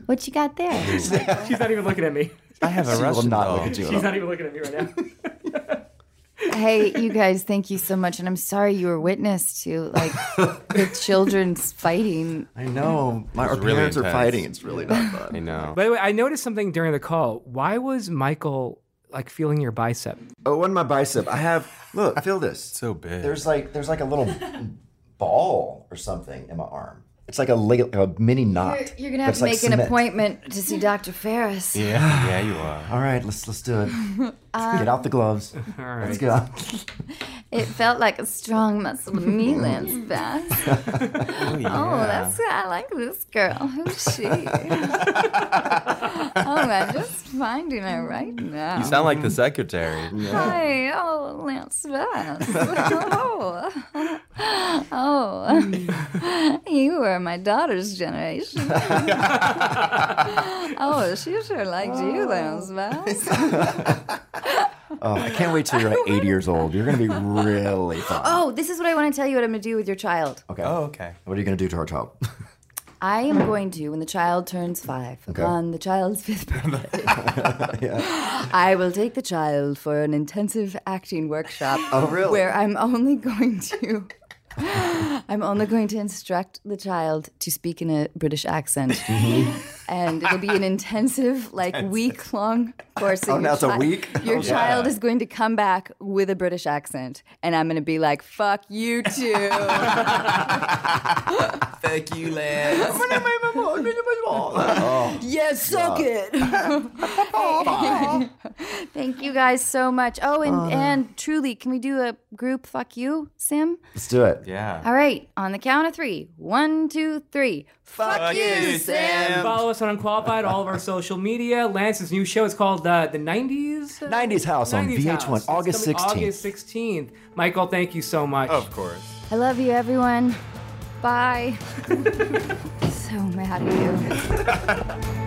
A: What you got there?
D: She's not even looking at me.
B: I have a She will Russian not doll. look at you at all.
D: She's not even looking at me right now.
A: hey, you guys, thank you so much. And I'm sorry you were witness to like the children's fighting.
B: I know. My,
C: It's
B: our
C: really
B: parents are
C: intense.
B: fighting. It's really not fun.
C: I know.
D: By the way, I noticed something during the call. Why was Michael like feeling your bicep?
B: Oh, on my bicep, I have. Look, feel this. so big. There's like there's like a little ball or something in my arm. It's like a, leg- a mini knot.
A: You're, you're going to have
B: that's
A: to
B: like
A: make
B: cement.
A: an appointment to see Dr. Ferris.
B: Yeah, yeah, you are. All right, let's let's do it.
A: Um,
B: Get out the gloves. All right. Let's go.
A: It felt like a strong muscle to me, Lance Bass. oh,
B: yeah.
A: that's I like this girl. Who's she? oh, I'm just finding her right now.
C: You sound like the secretary.
A: Hi, oh, Lance Bass. oh, oh, you are my daughter's generation. oh, she sure liked you, Lance Bass.
B: Oh, I can't wait till you're like 80 years old. You're gonna be really fun.
A: oh, this is what I want to tell you. What I'm going to do with your child.
B: Okay. Oh, okay. What are you gonna do to our child?
A: I am going to, when the child turns five,
B: Okay.
A: upon the child's fifth birthday, I will take the child for an intensive acting workshop.
B: Oh, really?
A: Where I'm only going to. I'm only going to instruct the child to speak in a British accent. And it'll be an intensive, like
B: Mm-hmm. Intensive.
A: week long course. that
B: Oh,
A: your
B: now it's a
A: chi-
B: week?
A: Your
B: Oh,
A: child
B: yeah.
A: is going to come back with a British accent. And I'm going to be like, fuck you too.
J: Thank you, Lance.
B: oh.
A: Yes, suck
J: God.
A: it. Hey. Thank you guys so much. Oh, and,
B: Uh.
A: and truly, can we do a group fuck you, Sim?
B: Let's do it. Yeah.
A: All right, on the count of three. One, two, three. Fuck, you, Sam.
D: Follow us on Unqualified, all of our social media. Lance's new show is called uh, The 90s?
B: 90s House on
D: 90s
B: VH1,
D: House. It's
B: August
D: coming
B: 16th.
D: August 16th. Michael, thank you so much. Of course.
A: I love you, everyone. Bye. so mad at you.